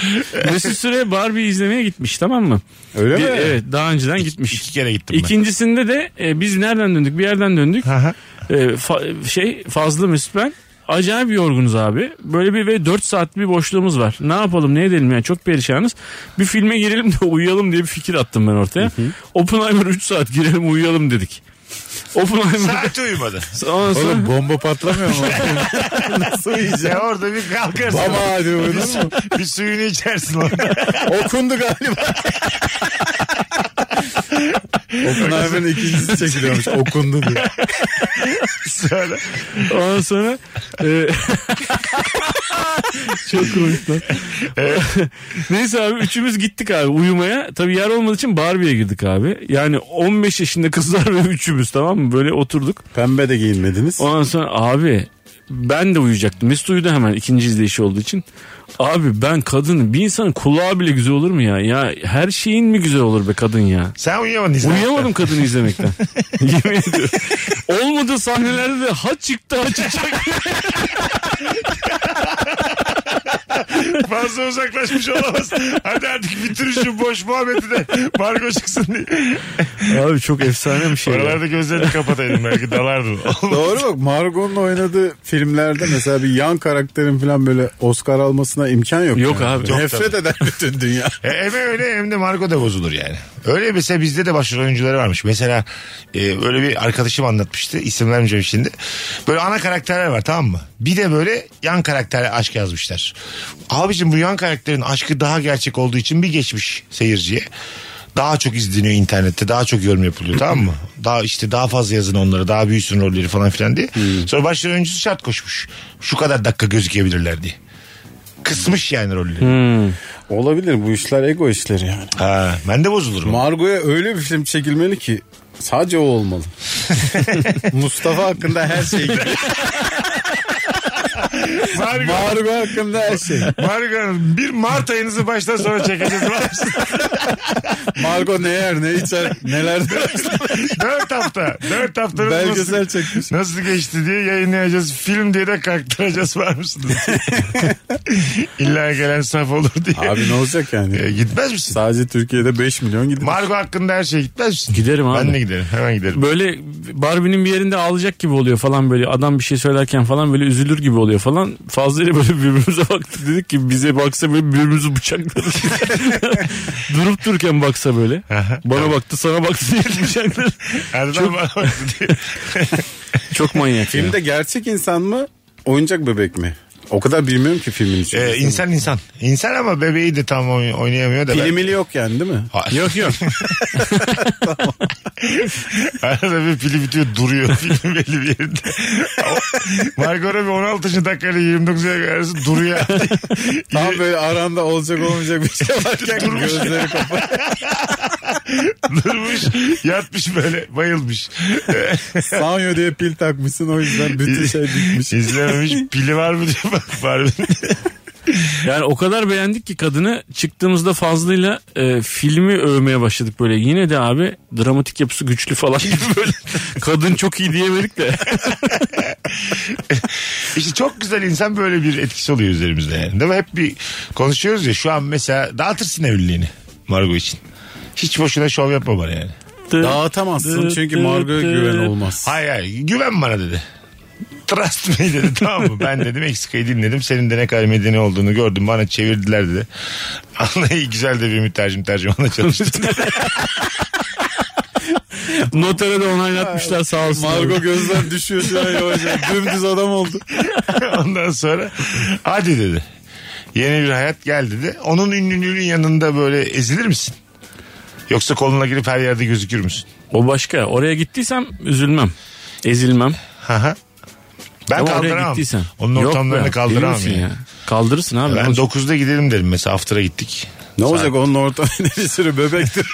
Mesut Süre Barbie izlemeye gitmiş tamam mı? Öyle Bir- mi? evet daha önceden gitmiş. İki kere gittim ben. İkincisinde de e, biz nereden döndük? Bir yerden döndük. Aha. E, fa- şey Fazlı Mesut ben. Acayip yorgunuz abi. Böyle bir ve 4 saat bir boşluğumuz var. Ne yapalım ne edelim yani çok perişanız. Bir filme girelim de uyuyalım diye bir fikir attım ben ortaya. Oppenheimer 3 saat girelim uyuyalım dedik. Oppenheimer Saat uyumadı. ondan sonra Oğlum e- bomba patlamıyor mu? Nasıl Ya yiyeceğim? orada bir kalkarsın. Baba hadi bir, uyudun mu? su- bir suyunu içersin orada. Okundu galiba. Oppenheimer'ın ikincisi çekiliyormuş. Okundu diye. Sonra Ondan sonra e, çok komik lan. Neyse abi üçümüz gittik abi uyumaya. Tabii yer olmadığı için Barbie'ye girdik abi. Yani 15 yaşında kızlar ve üçümüz tamam mı? Böyle oturduk. Pembe de giyinmediniz. Ondan sonra abi ben de uyuyacaktım. Mesut uyudu hemen ikinci izleyişi olduğu için. Abi ben kadın bir insanın kulağı bile güzel olur mu ya? Ya her şeyin mi güzel olur be kadın ya? sen uyuyamadın. izle. Uyuyamadım kadını izlemekten. Yemin ediyorum. Olmadı sahnelerde de ha çıktı ha çıkacak. Fazla uzaklaşmış olamaz. Hadi artık bitir şu boş muhabbeti de. Margo çıksın diye. Abi çok efsane bir şey. ya. Oralarda gözlerini kapataydım belki dalardın. Doğru bak Margot'un oynadığı filmlerde mesela bir yan karakterin falan böyle Oscar almasına imkan yok. Yok yani. abi. Yok Nefret eder bütün dünya. E, Hem öyle hem de Marco da bozulur yani. Öyle mesela bizde de başrol oyuncuları varmış. Mesela e, böyle bir arkadaşım anlatmıştı. İsim vermeyeceğim şimdi. Böyle ana karakterler var tamam mı? Bir de böyle yan karakterle aşk yazmışlar. Abicim bu yan karakterin aşkı daha gerçek olduğu için bir geçmiş seyirciye. Daha çok izleniyor internette. Daha çok yorum yapılıyor tamam mı? Daha işte daha fazla yazın onları. Daha büyüsün rolleri falan filan diye. Sonra başrol oyuncusu şart koşmuş. Şu kadar dakika gözükebilirler diye. Kısmış yani rolleri. Olabilir bu işler ego işleri yani. Ha, ben de bozulurum. Margot'a öyle bir film çekilmeli ki sadece o olmalı. Mustafa hakkında her şey. Margo. Margot hakkında her şey. Margo Hanım, bir Mart ayınızı baştan sonra çekeceğiz. Margot ne yer ne içer neler Dört hafta. Dört haftanız belgesel nasıl, çekmiş. nasıl geçti diye yayınlayacağız. Film diye de kalktıracağız var mısınız? İlla gelen saf olur diye. Abi ne olacak E, yani? gitmez misin? Sadece Türkiye'de 5 milyon gidiyor. Margo hakkında her şey gitmez misin? Giderim abi. Ben de giderim. Hemen giderim. Böyle Barbie'nin bir yerinde ağlayacak gibi oluyor falan böyle. Adam bir şey söylerken falan böyle üzülür gibi oluyor falan. Fazlıyla böyle birbirimize baktık dedik ki bize baksa böyle birbirimizi bıçakladık. Durup dururken baksa böyle. Aha. Bana baktı sana baktı diye bıçakladı. Erdem bana baktı diye. Çok manyak ya. Filmde gerçek insan mı oyuncak bebek mi? O kadar bilmiyorum ki filmin içinde. E, insan insan. İnsan ama bebeği de tam oyn- oynayamıyor da. ben- Pilimili yok yani değil mi? Ha- Yok yok. Arada bir pili bitiyor duruyor film belli bir yerinde. Margot Robbie 16. dakikayla 29. dakika arası duruyor. Tam böyle aranda olacak olmayacak bir şey varken gözleri kapalı. Durmuş yatmış böyle bayılmış. Sanyo diye pil takmışsın o yüzden bütün şey bitmiş. İzlememiş pili var mı diye bak var mı? Yani o kadar beğendik ki kadını çıktığımızda fazlıyla e, filmi övmeye başladık böyle. Yine de abi dramatik yapısı güçlü falan gibi böyle. Kadın çok iyi diyemedik de. İşte çok güzel insan böyle bir etkisi oluyor üzerimizde yani. Değil mi? Hep bir konuşuyoruz ya şu an mesela dağıtırsın evliliğini Margot için. Hiç boşuna şov yapma bana yani. Dağıtamazsın çünkü Margot'a güven olmaz. Hayır hayır güven bana dedi. Trust me dedi tamam mı? Ben dedim eksikayı dinledim. Senin de ne kadar medeni olduğunu gördüm. Bana çevirdiler dedi. Anlayı güzel de bir mütercim tercümana çalıştı. Notere de onaylatmışlar sağ olsun. Margot gözler düşüyor şu an yavaş yavaş. Dümdüz adam oldu. Ondan sonra hadi dedi. Yeni bir hayat gel dedi. Onun ünlülüğünün yanında böyle ezilir misin? Yoksa koluna girip her yerde gözükür müsün? O başka. Oraya gittiysem üzülmem. Ezilmem. Haha. Ben Ama oraya kaldıramam. gittiysen. Onun Yok ortamlarını be, kaldıramam delirirsin yani. Kaldırırsın abi. Ben Oğlum, 9'da gidelim dedim mesela after'a gittik. Ne olacak onun ortamı bir sürü bebektir.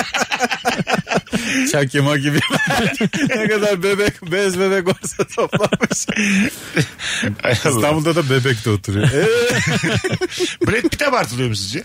Çak yama gibi. ne kadar bebek, bez bebek varsa toplanmış. Ay Allah. İstanbul'da da bebek de oturuyor. Ee, Brad Pitt abartılıyor mu sizce?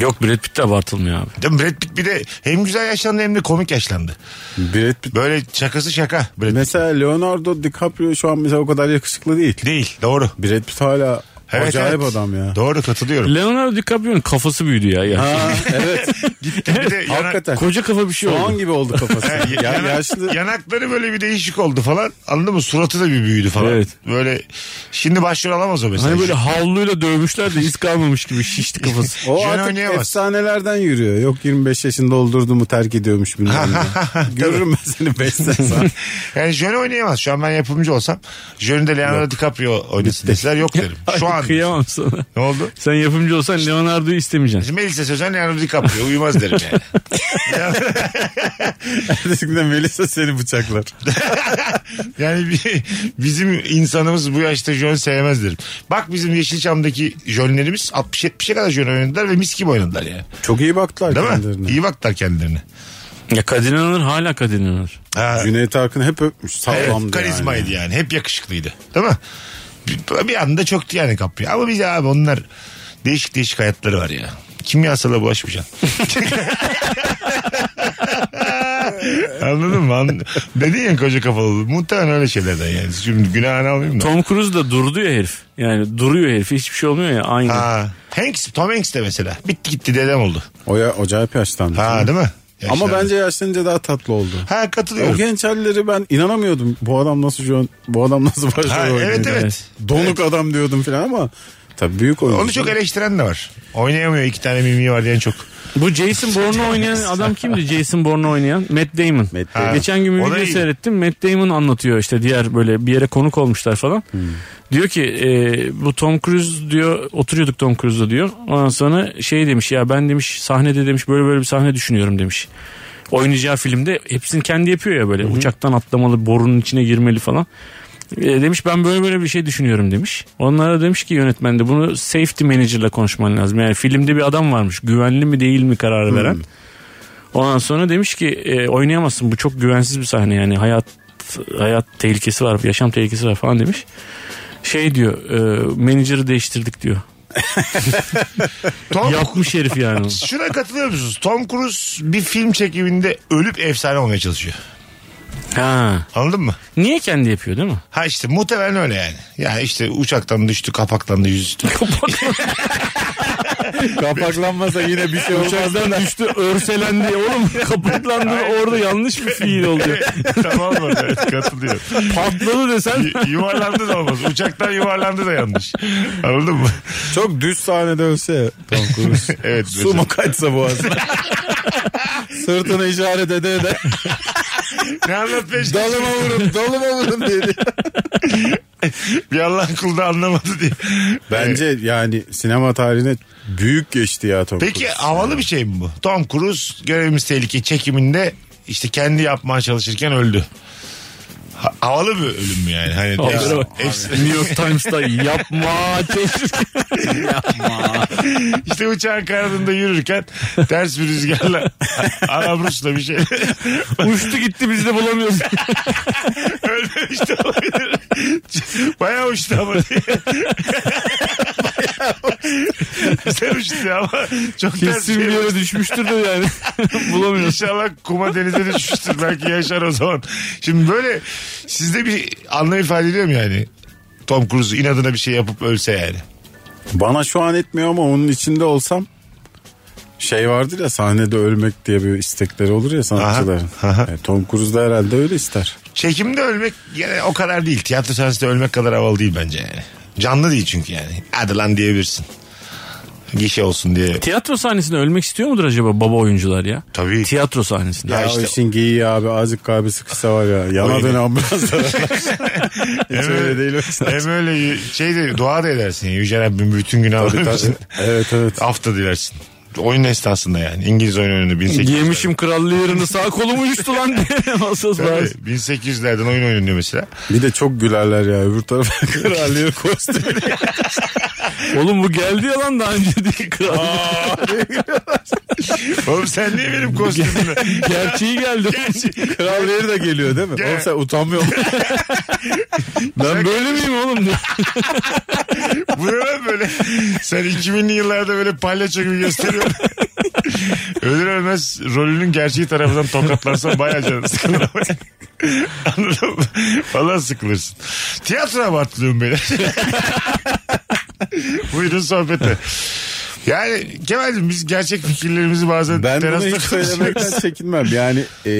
Yok Brad Pitt de abartılmıyor abi. Değil mi? Brad Pitt bir de hem güzel yaşlandı hem de komik yaşlandı. Brad Pitt. Böyle şakası şaka Brad Pitt. Mesela Leonardo DiCaprio şu an mesela o kadar yakışıklı değil. Değil doğru. Brad Pitt hala Evet, acayip evet. adam ya. Doğru katılıyorum. Leonardo DiCaprio'nun kafası büyüdü ya. ya. Ha, evet. Bir de yana- Hakikaten. Koca kafa bir şey Soğan oldu. gibi oldu kafası. Ha, ya- ya, yana- yaşlı Yanakları böyle bir değişik oldu falan. Anladın mı? Suratı da bir büyüdü falan. Evet. Böyle şimdi başrol alamaz o mesela. Hani böyle havluyla dövmüşler de iz kalmamış gibi şişti kafası. O Jön artık oynayamaz. efsanelerden yürüyor. Yok 25 yaşında doldurdu mu terk ediyormuş bilmem ne. Görürüm ben seni 5 sene sonra. Yani Jön'ü oynayamaz. Şu an ben yapımcı olsam Jön'ü de Leonardo DiCaprio oynasın deseler yok derim. Şu an. Kıyamam sana. Ne oldu? Sen yapımcı olsan Leonardo'yu istemeyeceksin. Melisa Sözen Leonardo DiCaprio uyumaz derim yani. Ertesi günden Melisa seni bıçaklar. Yani bi- bizim insanımız bu yaşta jön sevmez derim. Bak bizim Yeşilçam'daki jönlerimiz 60-70'e kadar jön oynadılar ve mis gibi oynadılar yani. Çok iyi baktılar Değil mi? kendilerine. İyi baktılar kendilerine. Ya Kadir İnanır hala Kadir İnanır. Ha, Cüneyt Arkın hep öpmüş. Sağlamdı evet, karizmaydı yani. yani. Hep yakışıklıydı. Değil mi? Bir, bir anda çöktü yani kapıyı. Ama biz abi onlar değişik değişik hayatları var ya. Kimyasala bulaşmayacaksın. Anladın mı? An- Dedin ya koca kafalı. Muhtemelen öyle şeylerden yani. Şimdi günahını almayayım da. Tom Cruise da durdu ya herif. Yani duruyor herif. Hiçbir şey olmuyor ya aynı. Ha. Hanks, Tom Hanks de mesela. Bitti gitti dedem oldu. O ya, acayip yaşlandı. Ha değil mi? Ama Yaşlandı. bence yaşlanınca daha tatlı oldu. Ha O katılıyorum. genç halleri ben inanamıyordum. Bu adam nasıl şu an, bu adam nasıl başarılı Ha, oynuyor. evet evet. Donuk adam diyordum falan ama tabii büyük oyuncu. Onu çok eleştiren de var. Oynayamıyor iki tane mimiği var diyen çok. Bu Jason Bourne'u oynayan adam kimdi? Jason Bourne'u oynayan Matt Damon. Matt Damon. Geçen gün bir O da video iyi. seyrettim. Matt Damon anlatıyor işte diğer böyle bir yere konuk olmuşlar falan. Hmm. Diyor ki e, bu Tom Cruise diyor oturuyorduk Tom Cruise'da diyor. Ondan sonra şey demiş ya ben demiş sahnede demiş böyle böyle bir sahne düşünüyorum demiş. Oynayacağı filmde hepsini kendi yapıyor ya böyle uçaktan atlamalı borunun içine girmeli falan. E, demiş ben böyle böyle bir şey düşünüyorum demiş. Onlara demiş ki yönetmen de bunu safety manager'la konuşman lazım. Yani filmde bir adam varmış güvenli mi değil mi kararı veren. Hmm. Ondan sonra demiş ki e, oynayamazsın bu çok güvensiz bir sahne yani hayat hayat tehlikesi var yaşam tehlikesi var falan demiş. Şey diyor e, menajeri değiştirdik diyor. Tom, Yapmış herif yani. şuna katılıyor musunuz? Tom Cruise bir film çekiminde ölüp efsane olmaya çalışıyor. ha. Anladın mı? Niye kendi yapıyor değil mi? Ha işte muhtemelen öyle yani. Yani işte uçaktan düştü, kapaktan da yüzdü. kapaklanmasa yine bir şey olmaz. Uçaktan düştü örselendi oğlum kapaklandı orada yanlış bir fiil oldu. tamam mı? Evet, katılıyorum. Patladı desen Y- yuvarlandı da olmaz. Uçaktan yuvarlandı da yanlış. Anladın mı? Çok düz sahnede ölse Tom Cruise. Evet. Su mu kaçsa boğazına. Sırtını işaret ede ede. Ne anlatmaya çalışıyorsun? Dalıma vurun, dalıma vurun dedi. Bir Allah'ın kulu da anlamadı diye. Bence yani sinema tarihine büyük geçti ya Tom Peki Cruise. havalı bir şey mi bu? Tom Cruise görevimiz tehlike çekiminde işte kendi yapmaya çalışırken öldü. Ha- havalı bir ölüm mü yani? Hani Havalı. hepsi- hepsi- New York Times'ta yapma işte uçağın kanadında yürürken ters bir rüzgarla Arabrus'la bir şey uçtu gitti biz de bulamıyoruz. ölmemiş de olabilir. Bayağı uçtu ama diye. Güzel uçtu ama çok ters Kesin bir bir yere yere düşmüştür de yani. bulamıyoruz. İnşallah kuma denize düşmüştür. Belki yaşar o zaman. Şimdi böyle sizde bir anlam ifade ediyorum yani. Tom Cruise inadına bir şey yapıp ölse yani. Bana şu an etmiyor ama onun içinde olsam şey vardır ya sahnede ölmek diye bir istekleri olur ya sanatçıların. Aha, aha. Yani Tom Cruise da herhalde öyle ister. Çekimde ölmek gene o kadar değil. Tiyatro sahnesinde ölmek kadar havalı değil bence yani. Canlı değil çünkü yani. Hadi lan diyebilirsin. Gişe olsun diye. Tiyatro sahnesinde ölmek istiyor mudur acaba baba oyuncular ya? Tabii. Tiyatro sahnesinde. Ya, Ya işte- o işin giyi abi azıcık kalbi sıkışsa var ya. Yana Öyle. dön ambulans ararlar. Hiç öyle değil. o. Hem öyle şey de dua da edersin. Yüce Rabbim bütün günahları evet evet. Af da dilersin. oyun esnasında yani. İngiliz oyun oyunu 1800'lerde. Yemişim krallı yerini sağ kolum uyuştu lan diye. Masas Tabii, bazı. 1800'lerden oyun oynanıyor mesela. Bir de çok gülerler ya öbür tarafa kraliyet kostümü. Oğlum bu geldi ya lan daha önce diye kral. Oğlum sen niye benim kostümümü? Gerçeği geldi. Kraliyet de geliyor değil mi? Gel. Oğlum sen utanmıyor musun? ben böyle miyim oğlum? diye. Bu ne lan böyle? Sen 2000'li yıllarda böyle palyaço gibi gösteriyorsun. Ölür ölmez rolünün gerçeği tarafından tokatlarsan bayağı canın sıkılır. Anladın mı? Valla sıkılırsın. Tiyatro abartılıyorum beyler. Buyurun sohbete. Yani Kemal'cim biz gerçek fikirlerimizi bazen Ben bunu terasta hiç konuşuyoruz. söylemekten çekinmem. Yani e,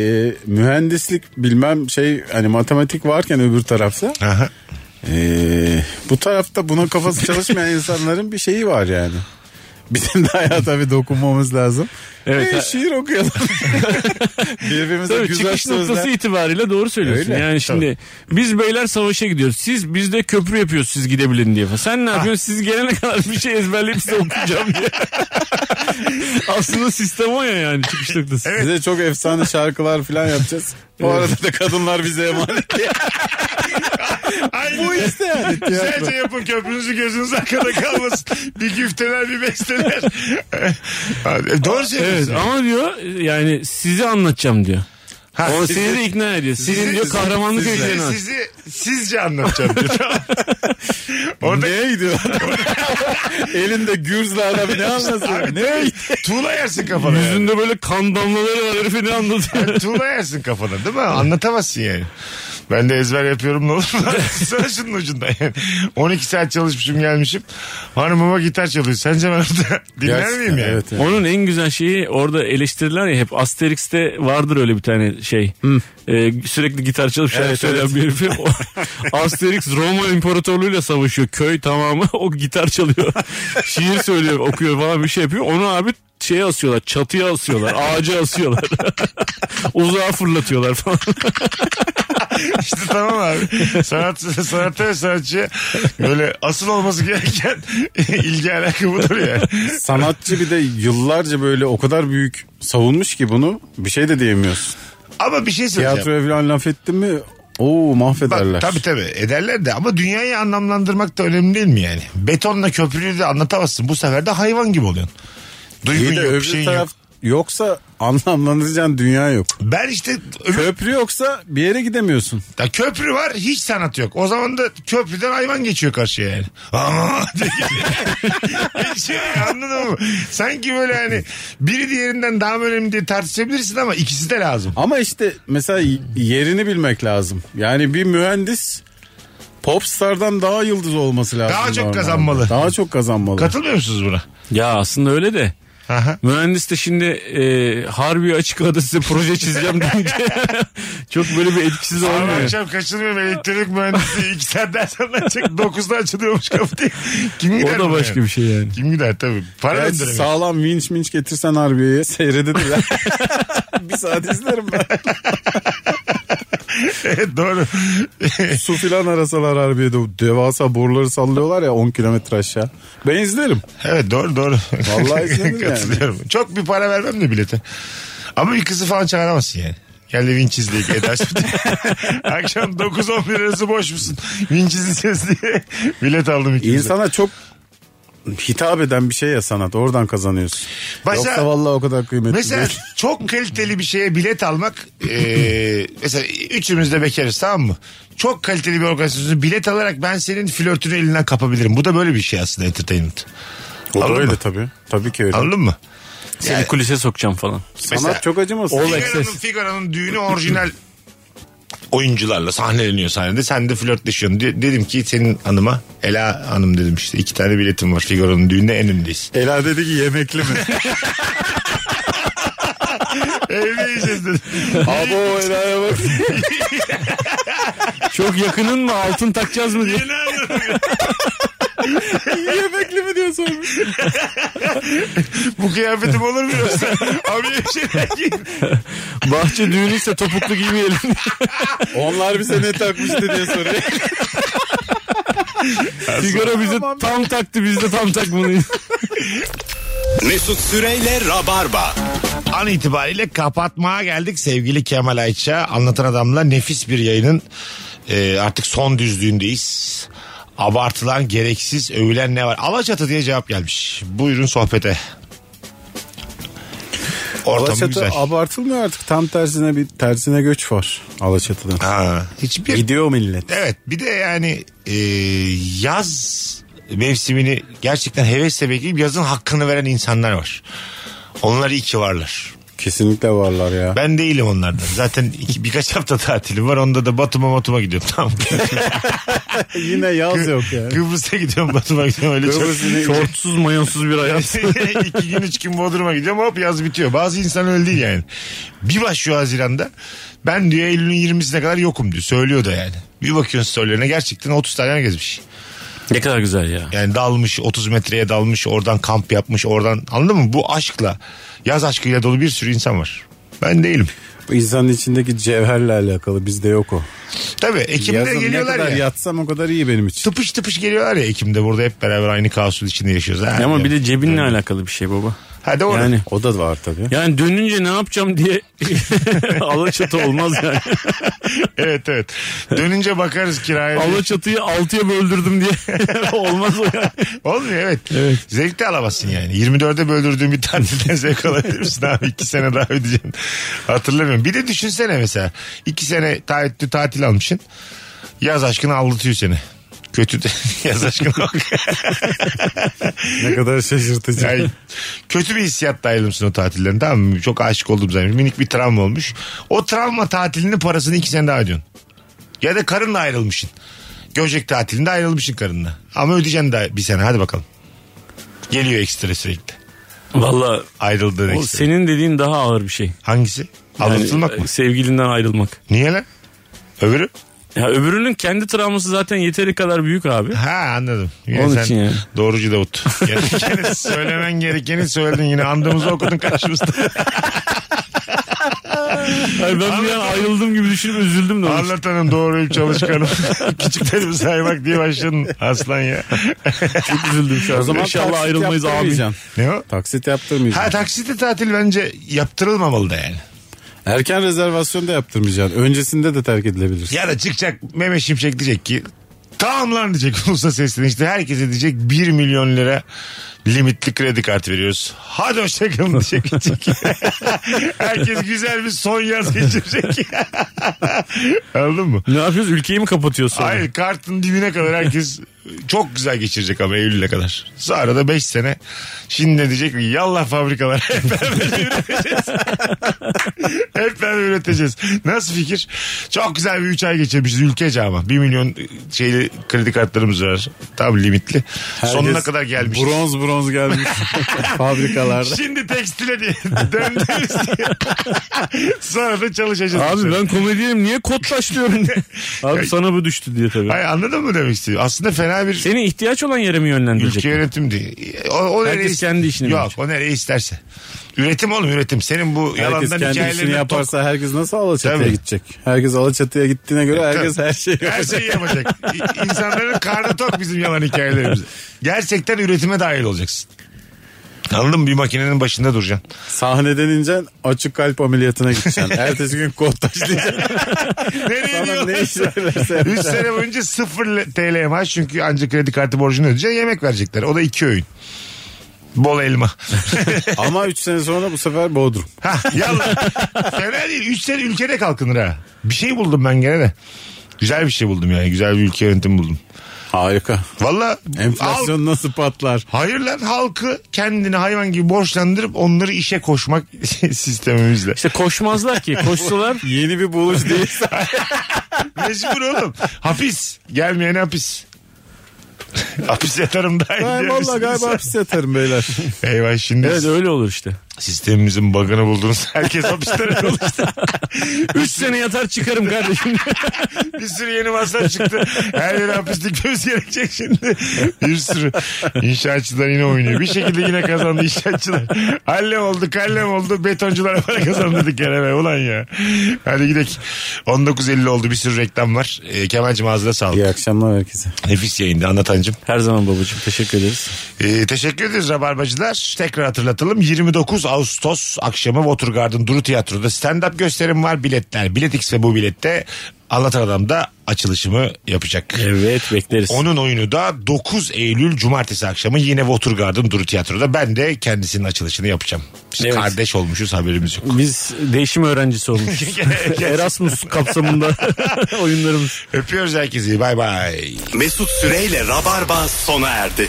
mühendislik bilmem şey hani matematik varken öbür tarafta Aha. e, bu tarafta buna kafası çalışmayan insanların bir şeyi var yani. Bizim de hayata bir dokunmamız lazım. Evet. Evet, şiir okuyalım. Birbirimize Tabii güzel çıkış noktası sözler. itibariyle doğru söylüyorsun. Öyle, yani şimdi biz beyler savaşa gidiyoruz. Siz bizde köprü yapıyoruz siz gidebilin diye. falan. Sen ne yapıyorsun? Siz gelene kadar bir şey ezberleyip size okuyacağım diye. Aslında sistem o ya yani çıkış noktası. Size çok efsane şarkılar falan yapacağız. Bu arada da kadınlar bize emanet. Aynı. Bu İşte yani tiyatro. Güzelce yapın köprünüzü gözünüz arkada kalmasın. bir güfteler bir besteler. Abi, e, Doğru Evet söylüyorsun. ama diyor yani sizi anlatacağım diyor. Ha, Ama sizi- sizi de ikna ediyor. Sizin sizi- diyor sizi- kahramanlık sizi- öykülerini anlat. Sizi sizce anlatacağım diyor. Tamam. Orada Neye gidiyor? Elinde gürzle adam ne anlasın? Neye gidiyor? tuğla yersin kafana. Yani. Yüzünde böyle kan damlaları var herife ne anlatıyor? Tuğla yersin kafana değil mi? Anlatamazsın yani. Ben de ezber yapıyorum ne olur. Sana şunun ucundan yani. 12 saat çalışmışım gelmişim. Hanımıma gitar çalıyor. Sence ben orada dinler miyim yani? Evet, evet. Onun en güzel şeyi orada eleştiriler ya hep Asterix'te vardır öyle bir tane şey. Ee, sürekli gitar çalıp şarkı Evet, söyleyen evet. bir herifi. O- Asterix Roma İmparatorluğu'yla savaşıyor. Köy tamamı o gitar çalıyor. Şiir söylüyor, okuyor falan bir şey yapıyor. Onu abi şeye asıyorlar, çatıya asıyorlar, ağaca asıyorlar. Uzağa fırlatıyorlar falan. İşte tamam abi. Sanat, sanata ve sanatçıya böyle asıl olması gereken ilgi alaka budur yani. Sanatçı bir de yıllarca böyle o kadar büyük savunmuş ki bunu bir şey de diyemiyorsun. Ama bir şey söyleyeceğim. Tiyatroya falan laf ettin mi Oo mahvederler. Bak, tabii tabii ederler de ama dünyayı anlamlandırmak da önemli değil mi yani? Betonla köprüyü de anlatamazsın. Bu sefer de hayvan gibi oluyorsun. Duygun İyi de yok, bir öbür şeyin taraf yok. yoksa anlamlandıracağın dünya yok. Ben işte öbür- Köprü yoksa bir yere gidemiyorsun. Ya köprü var hiç sanat yok. O zaman da köprüden hayvan geçiyor karşıya yani. Aa diye geçiyor. geçiyor yani, anladın mı? Sanki böyle hani biri diğerinden daha mı önemli diye tartışabilirsin ama ikisi de lazım. Ama işte mesela y- yerini bilmek lazım. Yani bir mühendis popstardan daha yıldız olması lazım. Daha çok normalde. kazanmalı. Daha çok kazanmalı. Katılmıyor musunuz buna? Ya aslında öyle de. Aha. Mühendis de şimdi e, harbi açık adada size proje çizeceğim deyince çok böyle bir etkisiz Abi olmuyor. akşam kaçırmıyorum elektrik mühendisliği. İki saatten sonra açık. Dokuzda açılıyormuş kapı diye. Kim gider? O da buna başka yani? bir şey yani. Kim gider tabii. Para Evet, öndüremiyor. sağlam vinç minç getirsen harbiye seyredebilirler. bir saat izlerim ben. Evet, Doğru. Su filan arasalar harbiyede o devasa boruları sallıyorlar ya 10 kilometre aşağı. Ben izlerim. evet doğru doğru. Vallahi izlenir yani. Katılıyorum. Çok bir para vermem de bilete. Ama bir kızı falan çağıramazsın yani. Gel de vinç izleyik Eda şimdi. Akşam 9-11 arası boş musun? Vinç izleyeceğiz diye bilet aldım ikimize. İnsana çok hitap eden bir şey ya sanat. Oradan kazanıyorsun. Başa- Yoksa vallahi o kadar kıymetli Mesela değil. çok kaliteli bir şeye bilet almak eee, mesela üçümüz de bekarız tamam mı? Çok kaliteli bir organizasyonu bilet alarak ben senin flörtünü elinden kapabilirim. Bu da böyle bir şey aslında entertainment. O da Anladın öyle mı? tabii. Tabii ki öyle. Anladın mı? Seni kulise sokacağım falan. Sanat Mesela- çok acımasız. Figaro'nun, Figaro'nun düğünü orijinal oyuncularla sahneleniyor sahnede. Sen de flörtleşiyorsun. De- dedim ki senin hanıma Ela Hanım dedim işte iki tane biletim var Figaro'nun düğününe en öndeyiz. Ela dedi ki yemekli mi? Evde yiyeceğiz dedim. Abo Ela'ya bak. Çok yakının mı altın takacağız mı diye. Yeni anladım. yemekli mi diye sormuş. Bu kıyafetim olur mu yoksa? Abi şey şeyler giy. Bahçe düğünüyse topuklu giymeyelim. Onlar bize ne takmıştı diye soruyor. Sigara bize tam taktı biz de tam takmalıyız. Mesut Süreyle Rabarba. An itibariyle kapatmaya geldik sevgili Kemal Ayça. Anlatan Adam'la nefis bir yayının e, artık son düzlüğündeyiz. Abartılan, gereksiz, övülen ne var? Alaçatı diye cevap gelmiş. Buyurun sohbete. Ortamı Alaçatı güzel. abartılmıyor artık. Tam tersine bir tersine göç var Alaçatı'dan. Ha, hiçbir Gidiyor millet. Evet bir de yani e, yaz mevsimini gerçekten hevesle bekleyip yazın hakkını veren insanlar var. Onlar iyi ki varlar. Kesinlikle varlar ya. Ben değilim onlardan. Zaten iki, birkaç hafta tatilim var. Onda da Batum'a Batum'a gidiyorum. Tamam. Yine yaz yok yani. Kıbrıs'a gidiyorum Batum'a gidiyorum. Öyle çok. Şortsuz mayonsuz bir hayat. iki gün üç gün Bodrum'a gidiyorum hop yaz bitiyor. Bazı insan öyle değil yani. Bir başlıyor Haziran'da. Ben diyor Eylül'ün 20'sine kadar yokum diyor. Söylüyor da yani. Bir bakıyorsun storylerine gerçekten 30 tane gezmiş. ne kadar güzel ya. Yani dalmış 30 metreye dalmış oradan kamp yapmış oradan anladın mı? Bu aşkla yaz aşkıyla dolu bir sürü insan var. Ben değilim. Bu insanın içindeki cevherle alakalı bizde yok o. Tabii Ekim'de Yazın ne geliyorlar kadar ya. yatsam o kadar iyi benim için. Tıpış tıpış geliyorlar ya Ekim'de burada hep beraber aynı kaosun içinde yaşıyoruz. Ha, Ama yani. bir de cebinle alakalı bir şey baba. Hadi orada. Yani O da var tabii. yani dönünce ne yapacağım diye Alaçatı olmaz yani. Evet evet. Dönünce bakarız kiraya. diye. Alaçatı'yı altıya böldürdüm diye olmaz o yani. Olmuyor evet. Zevk de alamazsın yani. 24'e böldürdüğün bir tatilden zevk alabilir misin abi? İki sene daha ödeyeceksin. Hatırlamıyorum. Bir de düşünsene mesela. iki sene taahhütlü tatil almışsın. Yaz aşkını aldatıyor seni. Kötü de yaz aşkına bak. Ne kadar şaşırtıcı. Yani kötü bir hissiyatla ayrılmışsın o tatilden tamam mı? Çok aşık oldum zannediyorum. Minik bir travma olmuş. O travma tatilinin parasını iki sene daha ödüyorsun. Ya da karınla ayrılmışsın. Göcek tatilinde ayrılmışsın karınla. Ama ödeyeceksin daha bir sene hadi bakalım. Geliyor ekstra sürekli. Valla Ayrıldığın o ekstra. senin dediğin daha ağır bir şey. Hangisi? Yani, e, Aldatılmak mı? Sevgilinden ayrılmak. Niye lan? Öbürü? Ya öbürünün kendi travması zaten yeteri kadar büyük abi. Ha anladım. Yine Onun sen için yani. doğrucu Davut. Gerekeni söylemen gerekeni söyledin yine. Andımızı okudun karşımızda. Hayır, ben bir an ayrıldım gibi düşünüp üzüldüm de. onun için. Anlatanın doğruyum çalışkanım. Küçüklerimi saymak diye başladın aslan ya. Çok üzüldüm şu an. O zaman İnşallah taksit ayrılmayız abi. yaptırmayacaksın. Ne o? Taksit yaptırmayacaksın. Ha taksitli tatil bence yaptırılmamalı da yani. Erken rezervasyon da yaptırmayacaksın. Öncesinde de terk edilebilir. Ya da çıkacak Mehmet Şimşek diyecek ki tamam lan diyecek ulusa seslenişte işte herkese diyecek 1 milyon lira limitli kredi kartı veriyoruz. Hadi hoşçakalın diyecek. gidecek. Herkes güzel bir son yaz geçirecek. Anladın mı? Ne yapıyoruz? Ülkeyi mi kapatıyorsun? Hayır kartın dibine kadar herkes çok güzel geçirecek ama Eylül'e kadar. Sonra da 5 sene şimdi de diyecek ki yallah fabrikalar hep beraber üreteceğiz. hep beraber üreteceğiz. Nasıl fikir? Çok güzel bir 3 ay geçirmişiz ülkece ama. 1 milyon şeyli kredi kartlarımız var. Tam limitli. Sonuna Herkes kadar gelmişiz. Bronz bronz gelmiş. Fabrikalarda. Şimdi tekstile diye döndünüz diye. Sonra da çalışacağız. Abi ben komedyenim niye kodlaşlıyorum? abi sana bu düştü diye tabii. Hayır anladın mı demek istiyor? Aslında fena bir Seni ihtiyaç olan yere mi yönlendirecek? Ülke yönetim değil. O, o Herkes nereye- kendi işini Yok bilecek. o nereye isterse. Üretim oğlum üretim. Senin bu Herkes yalandan kendi işini hikayelerine tok- yaparsa herkes nasıl Alaçatı'ya Tabii. gidecek? Herkes Alaçatı'ya gittiğine göre herkes her şeyi Her yapacak. şeyi yapacak. İ- İnsanların karnı tok bizim yalan hikayelerimiz. Gerçekten üretime dahil olacaksın. Anladın mı? Bir makinenin başında duracaksın. Sahneden ineceksin açık kalp ameliyatına gideceksin. Ertesi gün kod taşlayacaksın. Nereye Sana ne diyorlarsa. işlerse 3 yapacaksın. sene boyunca 0 TL maaş çünkü ancak kredi kartı borcunu ödeyeceksin. Yemek verecekler. O da iki öğün. Bol elma. Ama 3 sene sonra bu sefer Bodrum. Ha, yallah. Fena değil. Üç sene ülkede kalkınır ha. Bir şey buldum ben gene de. Güzel bir şey buldum yani. Güzel bir ülke yönetimi buldum. Harika. Valla Enflasyon nasıl patlar? hayır lan halkı kendini hayvan gibi borçlandırıp onları işe koşmak sistemimizle. İşte koşmazlar ki. Koşsalar Yeni bir buluş değil. Mecbur oğlum. Hapis. Gelmeyen hapis. hapis yatarım daha iyi Ben diyor valla musun? galiba hapis yatarım beyler. Eyvah şimdi. evet öyle olur işte. Sistemimizin bug'ını buldunuz. Herkes hapislere çalıştı. 3 sene yatar çıkarım kardeşim. Bir sürü yeni masraf çıktı. Her yere hapis dikmemiz gerekecek şimdi. Bir sürü inşaatçılar yine oynuyor. Bir şekilde yine kazandı inşaatçılar. Hallem oldu kallem oldu. Betonculara para kazandırdık Kerem'e. Ulan ya. Hadi gidelim. 19.50 oldu. Bir sürü reklam var. Ee, Kemal'cim ağzına sağlık. İyi akşamlar herkese. Nefis yayında anlatancım. Her zaman babacığım teşekkür ederiz. Ee, teşekkür ederiz Rabarbacılar. Tekrar hatırlatalım. 29 Ağustos akşamı Watergarden Duru Tiyatro'da stand-up gösterim var. Biletler Biletix ve bu bilette Anlatan Adam da açılışımı yapacak. Evet bekleriz. Onun oyunu da 9 Eylül Cumartesi akşamı yine Watergarden Duru Tiyatro'da. Ben de kendisinin açılışını yapacağım. Biz Evet. kardeş olmuşuz haberimiz yok. Biz değişim öğrencisi olmuşuz. Erasmus kapsamında oyunlarımız. Öpüyoruz herkesi. Bay bay. Mesut Süreyle Rabarba sona erdi.